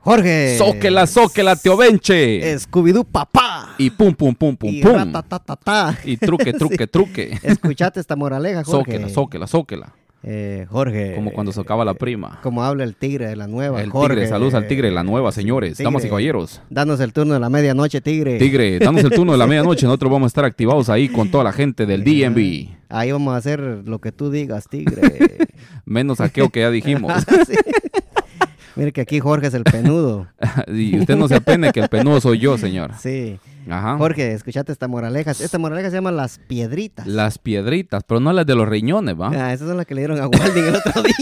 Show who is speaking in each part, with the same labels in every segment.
Speaker 1: Jorge.
Speaker 2: Zóquela, zóquela, tío Benche.
Speaker 1: Scooby-Doo, papá.
Speaker 2: Y pum, pum, pum, pum,
Speaker 1: Y
Speaker 2: pum.
Speaker 1: ratatatatá.
Speaker 2: Y truque, truque, truque.
Speaker 1: Escuchate esta moraleja, Jorge.
Speaker 2: Zóquela, zóquela, zóquela.
Speaker 1: Eh, Jorge.
Speaker 2: Como cuando socava la prima.
Speaker 1: Como habla el tigre de la nueva,
Speaker 2: El
Speaker 1: Jorge.
Speaker 2: tigre, saludos al tigre, de la nueva, señores,
Speaker 1: Tigre.
Speaker 2: damas y caballeros.
Speaker 1: Danos el turno de la medianoche, tigre.
Speaker 2: Tigre, danos el turno de la medianoche, nosotros vamos a estar activados ahí con toda la gente del DMV.
Speaker 1: Ahí vamos a hacer lo que tú digas, tigre.
Speaker 2: Menos saqueo que ya dijimos.
Speaker 1: Sí. Mire que aquí Jorge es el penudo.
Speaker 2: y usted no se apene que el penudo soy yo, señor.
Speaker 1: Sí.
Speaker 2: Ajá.
Speaker 1: Jorge, escuchate esta moraleja. Esta moraleja se llama Las Piedritas.
Speaker 2: Las piedritas, pero no las de los riñones, ¿va?
Speaker 1: Ah, esas son las que le dieron a Walding el otro día.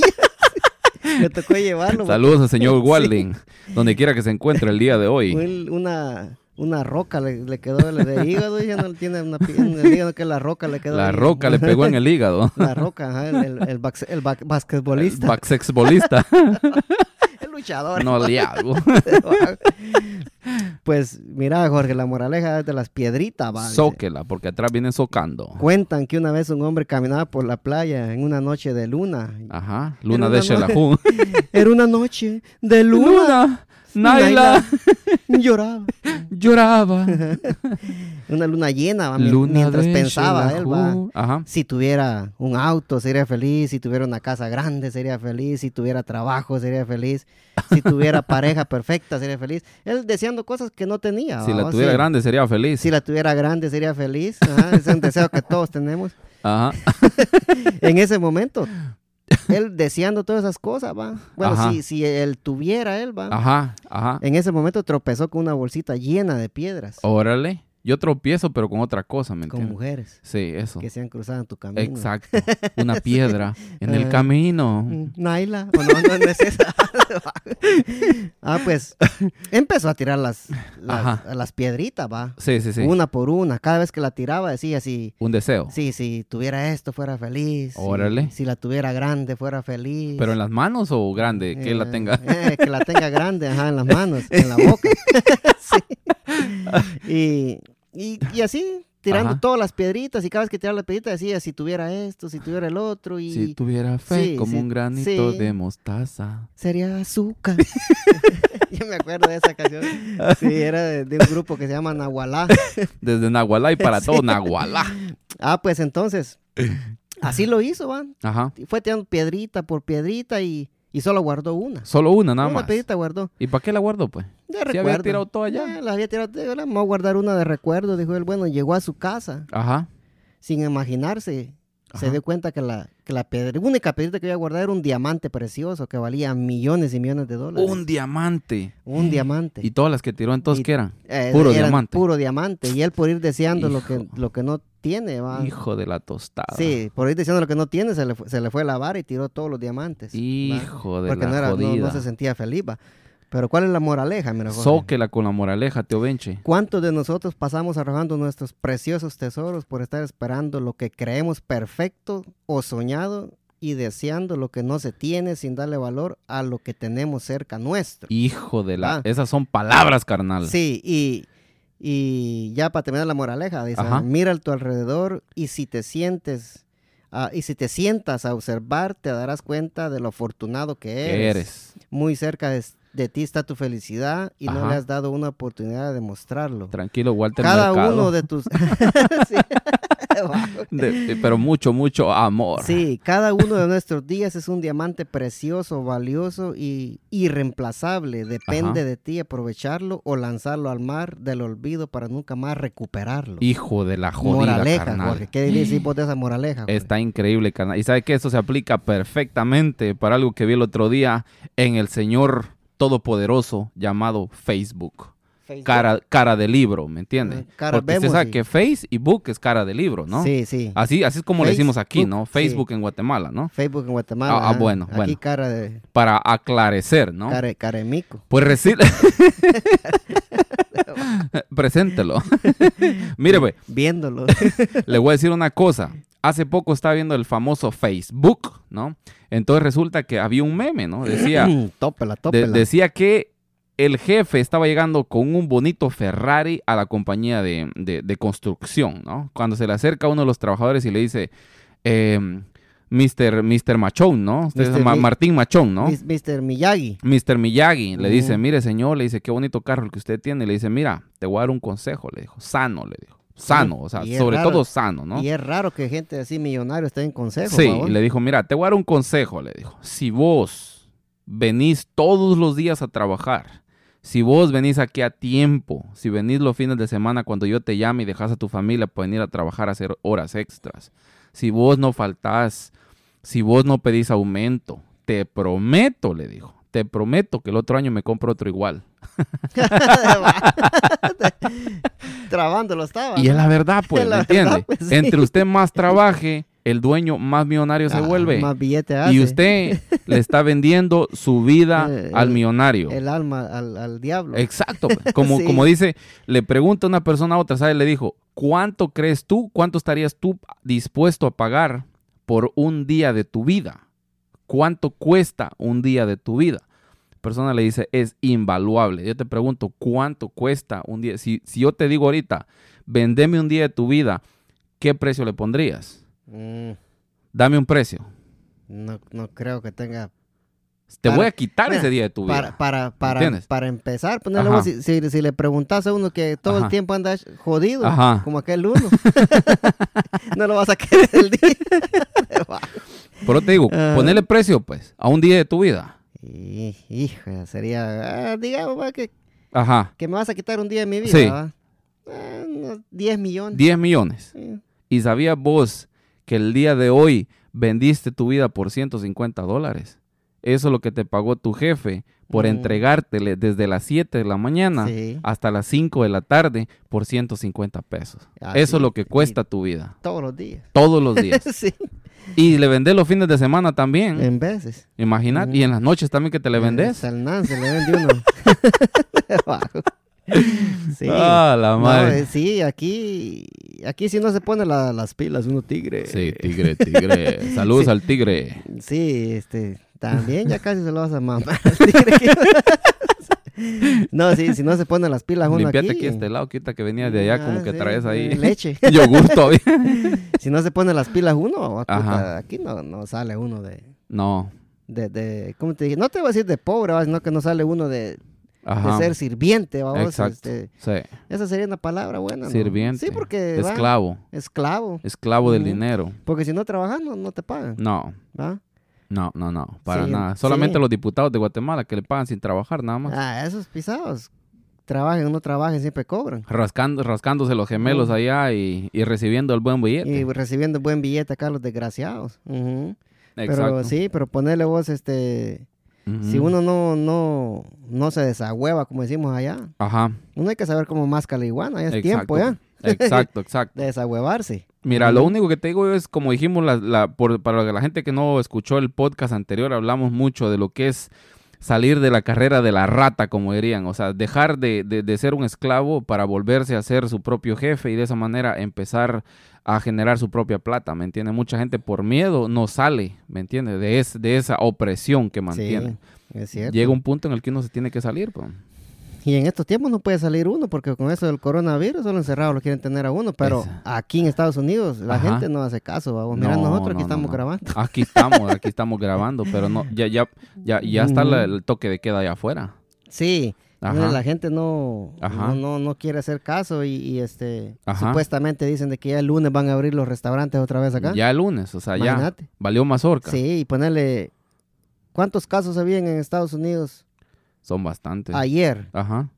Speaker 1: Me tocó llevarlo.
Speaker 2: Saludos al señor Walding, donde quiera que se encuentre el día de hoy.
Speaker 1: Un- una, una roca le, le quedó de, de hígado y ya no tiene una pi- en el hígado que la roca le quedó.
Speaker 2: La
Speaker 1: ahí.
Speaker 2: roca le pegó en el hígado.
Speaker 1: La roca, ajá, el, el, el bax- el ba-
Speaker 2: El
Speaker 1: basquetbolista,
Speaker 2: Baxexbolista.
Speaker 1: el luchador.
Speaker 2: No le hago.
Speaker 1: Pues mira, Jorge, la moraleja es de las piedritas, va. dice.
Speaker 2: Zóquela, porque atrás vienen socando.
Speaker 1: Cuentan que una vez un hombre caminaba por la playa en una noche de luna.
Speaker 2: Ajá, luna
Speaker 1: Era
Speaker 2: de
Speaker 1: una-
Speaker 2: Shelahun.
Speaker 1: Era una noche de luna.
Speaker 2: Luna, Naila
Speaker 1: Lloraba.
Speaker 2: lloraba.
Speaker 1: Una luna llena, va, mi-
Speaker 2: Luna
Speaker 1: mientras
Speaker 2: de
Speaker 1: pensaba él, va.
Speaker 2: Xelajú. Ajá.
Speaker 1: Si tuviera un auto, sería feliz. Si tuviera una casa grande, sería feliz. Si tuviera trabajo, sería feliz. Si tuviera pareja perfecta, sería feliz. Él deseando cosas que no tenía.
Speaker 2: Si la
Speaker 1: ¿va? Oh,
Speaker 2: tuviera
Speaker 1: Sí.
Speaker 2: grande sería feliz.
Speaker 1: Si la tuviera grande, sería feliz. Ajá, es un deseo que todos tenemos.
Speaker 2: Ajá.
Speaker 1: En ese momento, él deseando todas esas cosas, va. Bueno,
Speaker 2: Ajá.
Speaker 1: si, si él tuviera, él va.
Speaker 2: Ajá, ajá.
Speaker 1: En ese momento tropezó con una bolsita llena de piedras.
Speaker 2: Oh, Órale. Yo tropiezo, pero con otra cosa, ¿me
Speaker 1: con
Speaker 2: entiendes?
Speaker 1: mujeres
Speaker 2: Sí, eso.
Speaker 1: que se han cruzado en tu camino.
Speaker 2: Exacto. Una piedra en
Speaker 1: Ah.
Speaker 2: el camino.
Speaker 1: Mm, Naila, o no, no, no es esa. ah, pues empezó a tirar las, las,
Speaker 2: Ajá.
Speaker 1: las piedritas, va.
Speaker 2: Sí, sí, sí.
Speaker 1: Una por una. Cada vez que la tiraba decía si,
Speaker 2: Un deseo.
Speaker 1: si, si tuviera esto fuera feliz. si-
Speaker 2: Órale.
Speaker 1: Si, la tuviera grande fuera feliz.
Speaker 2: ¿Pero en las manos o grande? Que la
Speaker 1: Eh,
Speaker 2: tenga.
Speaker 1: eh, que la tenga grande, ajá, en las manos, en la boca. Sí. Y, y- y así, tirando
Speaker 2: Ajá.
Speaker 1: todas las piedritas, y cada vez que tiraba la piedrita decía si tuviera esto, si tuviera el otro, y
Speaker 2: Si tuviera fe
Speaker 1: Sí,
Speaker 2: como
Speaker 1: sí,
Speaker 2: un granito
Speaker 1: sí.
Speaker 2: de mostaza.
Speaker 1: sería azúcar. Yo me acuerdo de esa canción. Sí, era de, de un grupo que se llama Nahualá.
Speaker 2: Desde Nahualá y para
Speaker 1: Sí.
Speaker 2: todo Nahualá.
Speaker 1: Ah, pues entonces, así lo hizo, van.
Speaker 2: Ajá.
Speaker 1: Fue tirando piedrita por piedrita y, y solo guardó una.
Speaker 2: Solo una nada
Speaker 1: una
Speaker 2: más.
Speaker 1: piedrita guardó.
Speaker 2: ¿Y para qué la guardo, pues?
Speaker 1: De
Speaker 2: Si había
Speaker 1: recuerdo.
Speaker 2: tirado todo allá.
Speaker 1: Ya, las había tirado. Digo, "Le Vamos a guardar una de recuerdo, dijo él. Bueno, llegó a su casa
Speaker 2: Ajá.
Speaker 1: sin imaginarse. Se
Speaker 2: Ajá.
Speaker 1: dio cuenta que la, que la pedre- única piedrita que iba a guardar era un diamante precioso que valía millones y millones de dólares.
Speaker 2: Un diamante.
Speaker 1: Un diamante.
Speaker 2: Y todas las que tiró entonces,
Speaker 1: Y-
Speaker 2: ¿qué eran?
Speaker 1: Eh,
Speaker 2: puro
Speaker 1: eran
Speaker 2: diamante.
Speaker 1: Puro diamante. Y él por ir deseando lo que,
Speaker 2: Hijo.
Speaker 1: lo que no tiene, va.
Speaker 2: Hijo de la tostada.
Speaker 1: Sí, por ir deseando lo que no tiene, se le, fu- se le fue la vara y tiró todos los diamantes. ¿va?
Speaker 2: Hijo de
Speaker 1: Porque
Speaker 2: la
Speaker 1: no, era- no- no
Speaker 2: jodida.
Speaker 1: se sentía feliz, va. Pero ¿cuál es la moraleja, mira, Jorge?
Speaker 2: Zóquela con la moraleja, tío Benche.
Speaker 1: ¿Cuántos de nosotros pasamos arrojando nuestros preciosos tesoros por estar esperando lo que creemos perfecto o soñado y deseando lo que no se tiene sin darle valor a lo que tenemos cerca nuestro?
Speaker 2: Hijo de la...
Speaker 1: Ah.
Speaker 2: Esas son palabras, carnal.
Speaker 1: Sí, y, y ya para terminar la moraleja, dice,
Speaker 2: Ajá.
Speaker 1: mira a tu alrededor y si te sientes... ah, y si te sientas a observar, te darás cuenta de lo afortunado que
Speaker 2: ¿Qué
Speaker 1: eres.
Speaker 2: eres?
Speaker 1: Muy cerca de, de ti está tu felicidad y no
Speaker 2: Ajá.
Speaker 1: le has dado una oportunidad de demostrarlo.
Speaker 2: Tranquilo, Walter
Speaker 1: Cada
Speaker 2: Mercado.
Speaker 1: uno de tus. sí. Wow.
Speaker 2: De- pero mucho, mucho amor.
Speaker 1: Sí, cada uno de nuestros días es un diamante precioso, valioso y irreemplazable. Depende
Speaker 2: Ajá.
Speaker 1: de ti aprovecharlo o lanzarlo al mar del olvido para nunca más recuperarlo.
Speaker 2: Hijo de la jodida,
Speaker 1: moraleja,
Speaker 2: carnal.
Speaker 1: Jorge. ¿Qué decís vos de esa moraleja? Jorge?
Speaker 2: Está increíble, carnal. Y sabe que eso se aplica perfectamente para algo que vi el otro día en el señor todopoderoso llamado Facebook.
Speaker 1: Facebook.
Speaker 2: Cara, cara de libro, ¿me entiende?
Speaker 1: Ah, cara,
Speaker 2: Porque usted
Speaker 1: vemos,
Speaker 2: sabe
Speaker 1: sí.
Speaker 2: que Face y Book es cara de libro, ¿no? Ah,
Speaker 1: Sí, sí.
Speaker 2: Así, así es como le decimos aquí,
Speaker 1: Facebook,
Speaker 2: ¿no?
Speaker 1: sí.
Speaker 2: Facebook en Guatemala, ¿no?
Speaker 1: Facebook en Guatemala.
Speaker 2: Ah, ah,
Speaker 1: ajá.
Speaker 2: bueno,
Speaker 1: Aquí
Speaker 2: bueno.
Speaker 1: cara de.
Speaker 2: Para aclarecer, ¿no?
Speaker 1: Care, caremico.
Speaker 2: Pues reci- Preséntelo. Mire, pues,
Speaker 1: Viéndolo.
Speaker 2: le voy a decir una cosa. Hace poco estaba viendo el famoso Facebook, ¿no? Entonces resulta que había un meme, ¿no? Decía,
Speaker 1: tópela,
Speaker 2: de-
Speaker 1: tópela.
Speaker 2: decía que el jefe estaba llegando con un bonito Ferrari a la compañía de, de- de construcción, ¿no? Cuando se le acerca uno de los trabajadores y le dice, eh, Mr. Mr. Machón, ¿no? Usted es
Speaker 1: Mr.
Speaker 2: Ma-
Speaker 1: Mi-
Speaker 2: Martín Machón, ¿no?
Speaker 1: Mis- Mr. Miyagi.
Speaker 2: Mr. Miyagi le dice,
Speaker 1: Ujú.
Speaker 2: mire señor, le dice, qué bonito carro el que usted tiene. Le dice, mira, te voy a dar un consejo, le dijo, sano, le dijo, sano, o sea,
Speaker 1: y es
Speaker 2: sobre
Speaker 1: raro.
Speaker 2: todo sano, ¿no?
Speaker 1: Y es raro que gente así millonario esté en consejo.
Speaker 2: Sí,
Speaker 1: babón.
Speaker 2: y le dijo, mira, te voy a dar un consejo, le dijo. Si vos venís todos los días a trabajar, si vos venís aquí a tiempo, si venís los fines de semana cuando yo te llame y dejas a tu familia para venir a trabajar a hacer horas extras, si vos no faltás, si vos no pedís aumento, te prometo, le dijo, te prometo que el otro año me compro otro igual.
Speaker 1: Trabándolo estaba.
Speaker 2: Y es la verdad, pues,
Speaker 1: Es
Speaker 2: ¿me
Speaker 1: la
Speaker 2: entiende?
Speaker 1: verdad, pues, sí.
Speaker 2: Entre usted más trabaje, el dueño más millonario se
Speaker 1: Ah,
Speaker 2: vuelve.
Speaker 1: Más billete hace.
Speaker 2: Y usted le está vendiendo su vida
Speaker 1: Eh,
Speaker 2: al
Speaker 1: el-
Speaker 2: millonario.
Speaker 1: El alma al, al diablo.
Speaker 2: Exacto. pues. Como,
Speaker 1: Sí.
Speaker 2: como dice, le pregunta una persona a otra, ¿sabes? Le dijo, ¿cuánto crees tú, cuánto estarías tú dispuesto a pagar por un día de tu vida? ¿Cuánto cuesta un día de tu vida? La persona le dice, es invaluable. Yo te pregunto, ¿cuánto cuesta un día? Si, si yo te digo ahorita, vendeme un día de tu vida, ¿qué precio le pondrías?
Speaker 1: Mm,
Speaker 2: Dame un precio.
Speaker 1: no, no creo que tenga.
Speaker 2: Te
Speaker 1: Para-
Speaker 2: voy a quitar
Speaker 1: mira,
Speaker 2: ese día de tu vida.
Speaker 1: Para, para, para,
Speaker 2: ¿Entiendes?
Speaker 1: para empezar, ponerle
Speaker 2: Ajá.
Speaker 1: vos, si, si, si le preguntas a uno que todo
Speaker 2: Ajá.
Speaker 1: el tiempo anda jodido,
Speaker 2: Ajá.
Speaker 1: como aquel uno, no lo vas a querer el día.
Speaker 2: Pero te digo,
Speaker 1: Ah.
Speaker 2: ponerle precio, pues, a un día de tu vida.
Speaker 1: Y, hijo, sería, ah, digamos va, que,
Speaker 2: Ajá.
Speaker 1: que me vas a quitar un día de mi vida.
Speaker 2: Sí.
Speaker 1: va. Ah, unos 10 millones.
Speaker 2: 10 millones.
Speaker 1: Sí.
Speaker 2: ¿Y sabías vos que el día de hoy vendiste tu vida por 150 dólares? Eso es lo que te pagó tu jefe por
Speaker 1: Ujú.
Speaker 2: entregártele desde las 7 de la mañana
Speaker 1: Sí.
Speaker 2: hasta las 5 de la tarde por 150 pesos.
Speaker 1: Ah,
Speaker 2: Eso es
Speaker 1: sí.
Speaker 2: lo que
Speaker 1: Y
Speaker 2: cuesta tu vida.
Speaker 1: todos los días.
Speaker 2: Todos los días.
Speaker 1: sí.
Speaker 2: y le vendés los fines de semana también.
Speaker 1: En veces.
Speaker 2: Imagínate.
Speaker 1: Ujú.
Speaker 2: Y en las noches también que te le vendes.
Speaker 1: Hasta el nan se le vende uno. Abajo. sí.
Speaker 2: Ah, la
Speaker 1: No,
Speaker 2: madre.
Speaker 1: eh, sí, aquí, aquí si no se pone la- las pilas uno tigre.
Speaker 2: Sí, tigre, tigre. Saludos
Speaker 1: Sí.
Speaker 2: al tigre.
Speaker 1: Sí, este, también ya casi se lo vas a mamar. al tigre que- no, sí, si no se pone las pilas uno
Speaker 2: Limpiate
Speaker 1: aquí.
Speaker 2: aquí este lado, quita que venía de allá, como
Speaker 1: Ah,
Speaker 2: que
Speaker 1: sí,
Speaker 2: traes ahí
Speaker 1: Leche.
Speaker 2: yogur todavía.
Speaker 1: Si no se pone las pilas uno, oh, puta,
Speaker 2: Ajá.
Speaker 1: aquí no, no sale uno de,
Speaker 2: No.
Speaker 1: de, de- ¿cómo te dije? No te voy a decir de pobre, va, sino que no sale uno de, de
Speaker 2: Ajá.
Speaker 1: ser sirviente, va, vos,
Speaker 2: Exacto.
Speaker 1: este,
Speaker 2: Sí.
Speaker 1: esa sería una palabra buena. ¿no?
Speaker 2: Sirviente.
Speaker 1: Sí, porque va,
Speaker 2: Esclavo.
Speaker 1: esclavo.
Speaker 2: Esclavo del
Speaker 1: Ujú.
Speaker 2: dinero.
Speaker 1: Porque si no trabajas, no, no te pagan.
Speaker 2: No.
Speaker 1: ¿va?
Speaker 2: No, no, no. Para
Speaker 1: Sí,
Speaker 2: nada. Solamente
Speaker 1: sí.
Speaker 2: los diputados de Guatemala que le pagan sin trabajar nada más.
Speaker 1: Ah, esos pisados. Trabajen o no trabajen, siempre cobran.
Speaker 2: Rascando, rascándose los gemelos
Speaker 1: Ujú.
Speaker 2: allá y, y recibiendo el buen
Speaker 1: Y
Speaker 2: billete.
Speaker 1: recibiendo buen billete acá los desgraciados. Ujú.
Speaker 2: Exacto. Mm.
Speaker 1: Pero sí, pero ponerle vos, este,
Speaker 2: Ujú.
Speaker 1: si uno no, no, no se desahueva, como decimos allá,
Speaker 2: Ajá.
Speaker 1: uno hay que saber cómo más iguana, ya es
Speaker 2: Exacto.
Speaker 1: tiempo ya
Speaker 2: Exacto, exacto.
Speaker 1: de desahuevarse.
Speaker 2: Mira, lo
Speaker 1: Ujú.
Speaker 2: único que te digo yo es, como dijimos, la, la- por- para la gente que no escuchó el podcast anterior, hablamos mucho de lo que es salir de la carrera de la rata, como dirían, o sea, dejar de, de- de ser un esclavo para volverse a ser su propio jefe y de esa manera empezar a generar su propia plata, ¿me entiendes? Mucha gente por miedo no sale, ¿me entiendes? De, es- de esa opresión que mantiene.
Speaker 1: Sí, es cierto.
Speaker 2: Llega un punto en el que uno se tiene que salir, pues.
Speaker 1: Y en estos tiempos no puede salir uno porque con eso del coronavirus solo encerrados lo quieren tener a uno, pero
Speaker 2: Esa.
Speaker 1: aquí en Estados Unidos la
Speaker 2: Ajá.
Speaker 1: gente no hace caso, vamos. Mira,
Speaker 2: No,
Speaker 1: nosotros
Speaker 2: no,
Speaker 1: aquí
Speaker 2: no,
Speaker 1: estamos
Speaker 2: no.
Speaker 1: grabando.
Speaker 2: Aquí estamos, aquí estamos grabando, pero no, ya, ya, ya, ya está la-
Speaker 1: Ujú.
Speaker 2: el toque de queda allá afuera.
Speaker 1: Sí, mira,
Speaker 2: Ajá.
Speaker 1: la gente no,
Speaker 2: Ajá.
Speaker 1: no, no, no quiere hacer caso y, y, este
Speaker 2: Ajá.
Speaker 1: supuestamente dicen de que ya el lunes van a abrir los restaurantes otra vez acá.
Speaker 2: Ya el lunes, o sea,
Speaker 1: Imagínate.
Speaker 2: ya valió mazorca.
Speaker 1: Sí, y ponerle ¿cuántos casos habían en Estados Unidos
Speaker 2: Son bastantes.
Speaker 1: ayer?
Speaker 2: Ajá.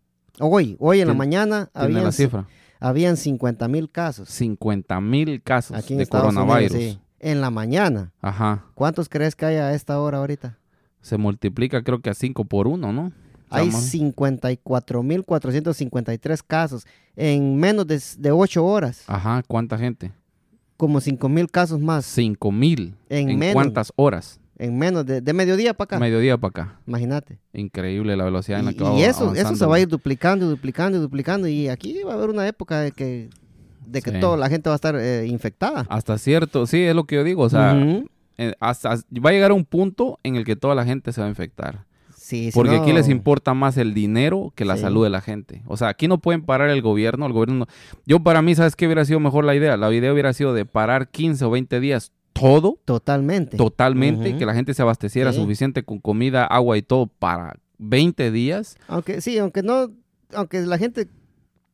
Speaker 1: Hoy, hoy en la
Speaker 2: Tiene-
Speaker 1: mañana
Speaker 2: Tiene
Speaker 1: habían,
Speaker 2: la cifra.
Speaker 1: habían 50 mil casos
Speaker 2: 50 mil casos
Speaker 1: aquí en
Speaker 2: de
Speaker 1: Estados
Speaker 2: coronavirus.
Speaker 1: Unidos. sí. En la mañana.
Speaker 2: Ajá.
Speaker 1: ¿Cuántos crees que hay a esta hora ahorita?
Speaker 2: Se multiplica creo que a 5 por 1, ¿no? O sea,
Speaker 1: Hay
Speaker 2: más-
Speaker 1: 54.453 casos en menos de, de 8 horas.
Speaker 2: Ajá, ¿cuánta gente?
Speaker 1: Como 5.000 casos más
Speaker 2: 5 mil.
Speaker 1: En menos.
Speaker 2: cuántas horas?
Speaker 1: en menos de, de mediodía para acá.
Speaker 2: Mediodía para acá.
Speaker 1: Imagínate.
Speaker 2: Increíble la velocidad en la
Speaker 1: Y,
Speaker 2: que va
Speaker 1: y eso, eso
Speaker 2: avanzando.
Speaker 1: se va a ir duplicando y duplicando y duplicando. Y aquí va a haber una época de que, de que
Speaker 2: Sí.
Speaker 1: toda la gente va a estar eh, infectada.
Speaker 2: Hasta cierto, sí, es lo que yo digo. O sea,
Speaker 1: Ujú.
Speaker 2: eh, hasta, va a llegar a un punto en el que toda la gente se va a infectar.
Speaker 1: Sí, si
Speaker 2: Porque aquí les
Speaker 1: no-
Speaker 2: importa más el dinero que la
Speaker 1: Sí.
Speaker 2: salud de la gente. O sea, aquí no pueden parar el gobierno. El gobierno. no- Yo para mí, ¿sabes qué hubiera sido mejor la idea? La idea hubiera sido de parar 15 o 20 días todo
Speaker 1: Totalmente.
Speaker 2: totalmente,
Speaker 1: Ujú.
Speaker 2: que la gente se abasteciera
Speaker 1: Sí.
Speaker 2: suficiente con comida, agua y todo para 20 días.
Speaker 1: aunque sí, aunque no, aunque la gente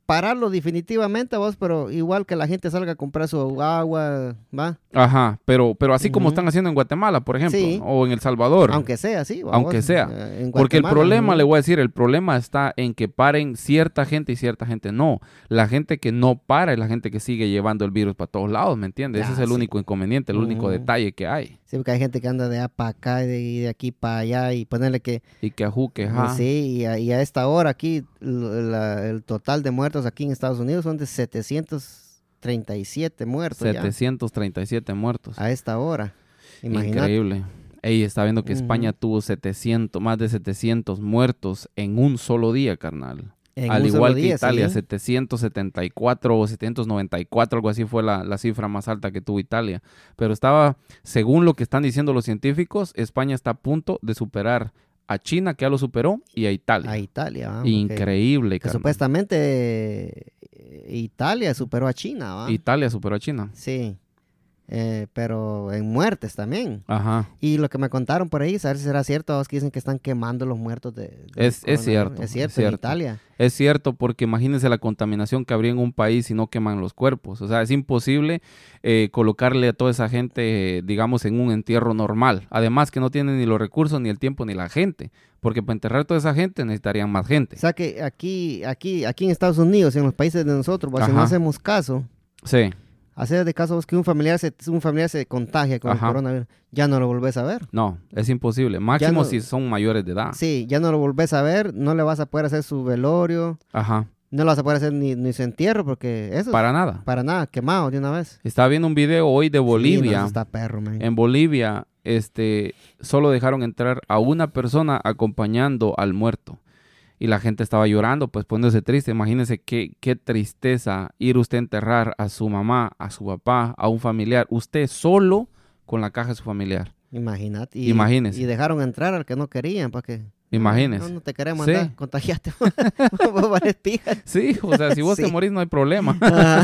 Speaker 1: pararlo definitivamente vos, pero igual que la gente salga a comprar su agua, va,
Speaker 2: Ajá, pero, pero así como
Speaker 1: Ujú.
Speaker 2: están haciendo en Guatemala, por ejemplo,
Speaker 1: Sí.
Speaker 2: o en El Salvador.
Speaker 1: aunque sea, sí, va,
Speaker 2: Aunque
Speaker 1: vos,
Speaker 2: sea.
Speaker 1: eh, en
Speaker 2: Porque el
Speaker 1: Guatemala,
Speaker 2: problema,
Speaker 1: ujú.
Speaker 2: le voy a decir, el problema está en que paren cierta gente y cierta gente no. La gente que no para es la gente que sigue llevando el virus para todos lados, ¿me entiendes? Ese
Speaker 1: Ah,
Speaker 2: es el
Speaker 1: sí.
Speaker 2: único inconveniente, el único
Speaker 1: Ujú.
Speaker 2: detalle que hay.
Speaker 1: Sí, porque hay gente que anda de allá para acá y de, y de aquí para allá y ponerle que
Speaker 2: Y que ajú, que ajá.
Speaker 1: Pues Sí, y a, y a esta hora aquí l- la- el total de muertos aquí en Estados Unidos son de 737 muertos ya,
Speaker 2: 737 muertos.
Speaker 1: a esta hora. Imagínate.
Speaker 2: Increíble. Ey, está viendo que España
Speaker 1: Ujú.
Speaker 2: tuvo 700, más de 700 muertos en un solo día, carnal.
Speaker 1: en
Speaker 2: Al
Speaker 1: un solo
Speaker 2: igual que
Speaker 1: día,
Speaker 2: Italia,
Speaker 1: sí.
Speaker 2: 774 o 794, algo así fue la, la cifra más alta que tuvo Italia. Pero estaba, según lo que están diciendo los científicos, España está a punto de superar a China, que ya lo superó, y a Italia.
Speaker 1: A Italia, vamos, que-
Speaker 2: Increíble,
Speaker 1: Que
Speaker 2: carnal.
Speaker 1: supuestamente eh, Italia superó a China, ¿va?
Speaker 2: Italia superó a China.
Speaker 1: Sí. Eh, pero en muertes también.
Speaker 2: Ajá.
Speaker 1: Y lo que me contaron por ahí, a ver si será cierto, es que dicen que están quemando los muertos de, del
Speaker 2: Es- es
Speaker 1: coronavirus.
Speaker 2: cierto,
Speaker 1: Es cierto,
Speaker 2: es
Speaker 1: en
Speaker 2: cierto.
Speaker 1: Italia.
Speaker 2: Es cierto, porque imagínense la contaminación que habría en un país si no queman los cuerpos. O sea, es imposible eh, colocarle a toda esa gente, eh, digamos, en un entierro normal. Además que no tienen ni los recursos, ni el tiempo, ni la gente. Porque para enterrar a toda esa gente necesitarían más gente.
Speaker 1: O sea que aquí, aquí, aquí en Estados Unidos, en los países de nosotros, pues, si no
Speaker 2: Ajá.
Speaker 1: hacemos caso,
Speaker 2: Sí,
Speaker 1: hacer de caso vos que un familiar se, un familiar se contagia con
Speaker 2: Ajá.
Speaker 1: el coronavirus, ya no lo volvés a ver.
Speaker 2: no, es imposible. Máximo
Speaker 1: no-
Speaker 2: si son mayores de edad.
Speaker 1: Sí, ya no lo volvés a ver, no le vas a poder hacer su velorio,
Speaker 2: Ajá,
Speaker 1: no le vas a poder hacer ni, ni su entierro, porque eso es para,
Speaker 2: para nada.
Speaker 1: nada, quemado de una vez.
Speaker 2: Estaba viendo un video hoy de
Speaker 1: Sí, no,
Speaker 2: Bolivia. Em,
Speaker 1: eso está perro, man.
Speaker 2: En Bolivia, este, solo dejaron entrar a una persona acompañando al muerto. Y la gente estaba llorando, pues poniéndose triste. Imagínense qué, qué tristeza ir usted a enterrar a su mamá, a su papá, a un familiar. Usted solo con la caja de su familiar.
Speaker 1: Imagínate. Y,
Speaker 2: Imagínese.
Speaker 1: Y dejaron entrar al que no querían, para que.
Speaker 2: Imagínese.
Speaker 1: No, no te queremos
Speaker 2: Sí.
Speaker 1: andar, contagiaste. Vos vales pija.
Speaker 2: Sí, o sea, si vos te
Speaker 1: Sí.
Speaker 2: morís no hay problema.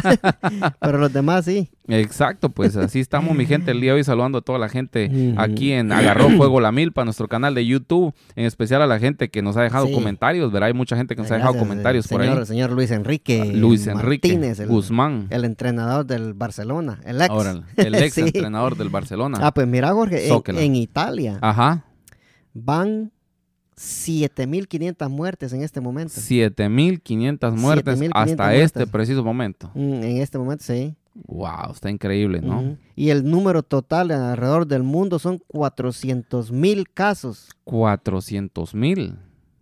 Speaker 1: Ajá. Pero los demás sí.
Speaker 2: Exacto, pues así estamos mi gente el día de hoy saludando a toda la gente
Speaker 1: Ujú.
Speaker 2: aquí en Agarró Fuego la Milpa, nuestro canal de YouTube, en especial a la gente que nos ha dejado
Speaker 1: Sí.
Speaker 2: comentarios, verá, hay mucha gente que nos ha dejado
Speaker 1: Gracias,
Speaker 2: comentarios por
Speaker 1: señor,
Speaker 2: ahí.
Speaker 1: Señor Luis Enrique.
Speaker 2: Luis Enrique
Speaker 1: Eh, Martínez, el,
Speaker 2: Guzmán,
Speaker 1: el entrenador del Barcelona, el ex.
Speaker 2: órale, el ex
Speaker 1: Sí.
Speaker 2: entrenador del Barcelona.
Speaker 1: Ah, pues mira, Jorge, en,
Speaker 2: Zóquela. Ah.
Speaker 1: en Italia
Speaker 2: Ajá,
Speaker 1: van 7.500 muertes en este momento.
Speaker 2: 7500 muertes
Speaker 1: 7,500
Speaker 2: hasta este
Speaker 1: muertes.
Speaker 2: preciso momento.
Speaker 1: Mm, en este momento, sí.
Speaker 2: Wow, está increíble, ¿no?
Speaker 1: Ujú. Y el número total alrededor del mundo son 400.000 casos.
Speaker 2: 400 mil.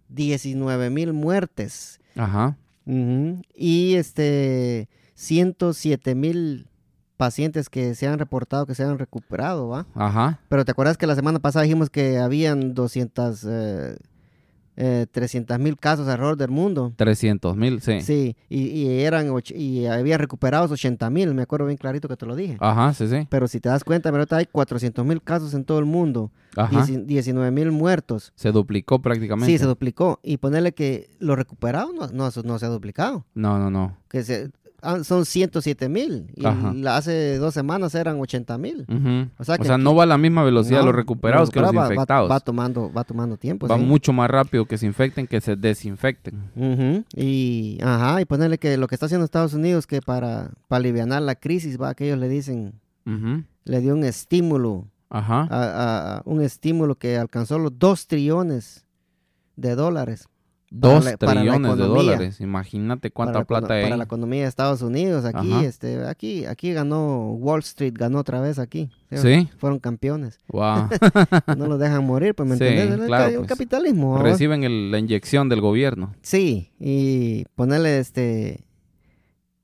Speaker 1: 19 mil muertes
Speaker 2: Ajá.
Speaker 1: Ujú. y este 107 mil pacientes que se han reportado que se han recuperado, ¿va?
Speaker 2: Ajá,
Speaker 1: Pero te acuerdas que la semana pasada dijimos que habían 200, eh, eh, 300 mil casos alrededor del mundo.
Speaker 2: 300 mil, sí.
Speaker 1: Sí, y, y eran och- y habían recuperados 80 mil, me acuerdo bien clarito que te lo dije.
Speaker 2: Ajá, sí, sí.
Speaker 1: Pero si te das cuenta, mira, ahorita hay 400 mil casos en todo el mundo,
Speaker 2: Ajá.
Speaker 1: 19 mil muertos.
Speaker 2: Se duplicó prácticamente.
Speaker 1: Sí, se duplicó. Y ponerle que lo recuperado no, no, no se ha duplicado.
Speaker 2: No, no, no.
Speaker 1: Que se, ah, son 107 mil. Y
Speaker 2: Ajá.
Speaker 1: la- hace dos semanas eran 80 mil.
Speaker 2: Ujú.
Speaker 1: O sea, que aquí-
Speaker 2: no va a la misma velocidad
Speaker 1: No,
Speaker 2: los recuperados que los
Speaker 1: va- va-
Speaker 2: infectados.
Speaker 1: Va,
Speaker 2: Va,
Speaker 1: tomando, va tomando tiempo. sí.
Speaker 2: mucho más rápido que se infecten que se desinfecten.
Speaker 1: Ujú. Y, ajá, y ponerle que lo que está haciendo Estados Unidos, que para, para aliviar la crisis, va, que ellos le dicen,
Speaker 2: Ujú.
Speaker 1: le dio un estímulo,
Speaker 2: Ajá.
Speaker 1: a- a- a- un estímulo que alcanzó los 2 trillones de dólares. para
Speaker 2: Dos
Speaker 1: la- para la
Speaker 2: trillones de
Speaker 1: economía.
Speaker 2: dólares. Imagínate
Speaker 1: para
Speaker 2: cuánta
Speaker 1: la econo-
Speaker 2: plata hay.
Speaker 1: Para la economía de Estados Unidos, aquí,
Speaker 2: Ajá.
Speaker 1: este, aquí, aquí ganó Wall Street, ganó otra vez aquí.
Speaker 2: Sí.
Speaker 1: Fueron campeones.
Speaker 2: Wow.
Speaker 1: No los dejan morir, pues, ¿me
Speaker 2: Sí,
Speaker 1: entiendes? Es
Speaker 2: claro,
Speaker 1: ca- un
Speaker 2: pues.
Speaker 1: capitalismo. ¿va?
Speaker 2: Reciben el- la inyección del gobierno.
Speaker 1: Sí, y ponerle este...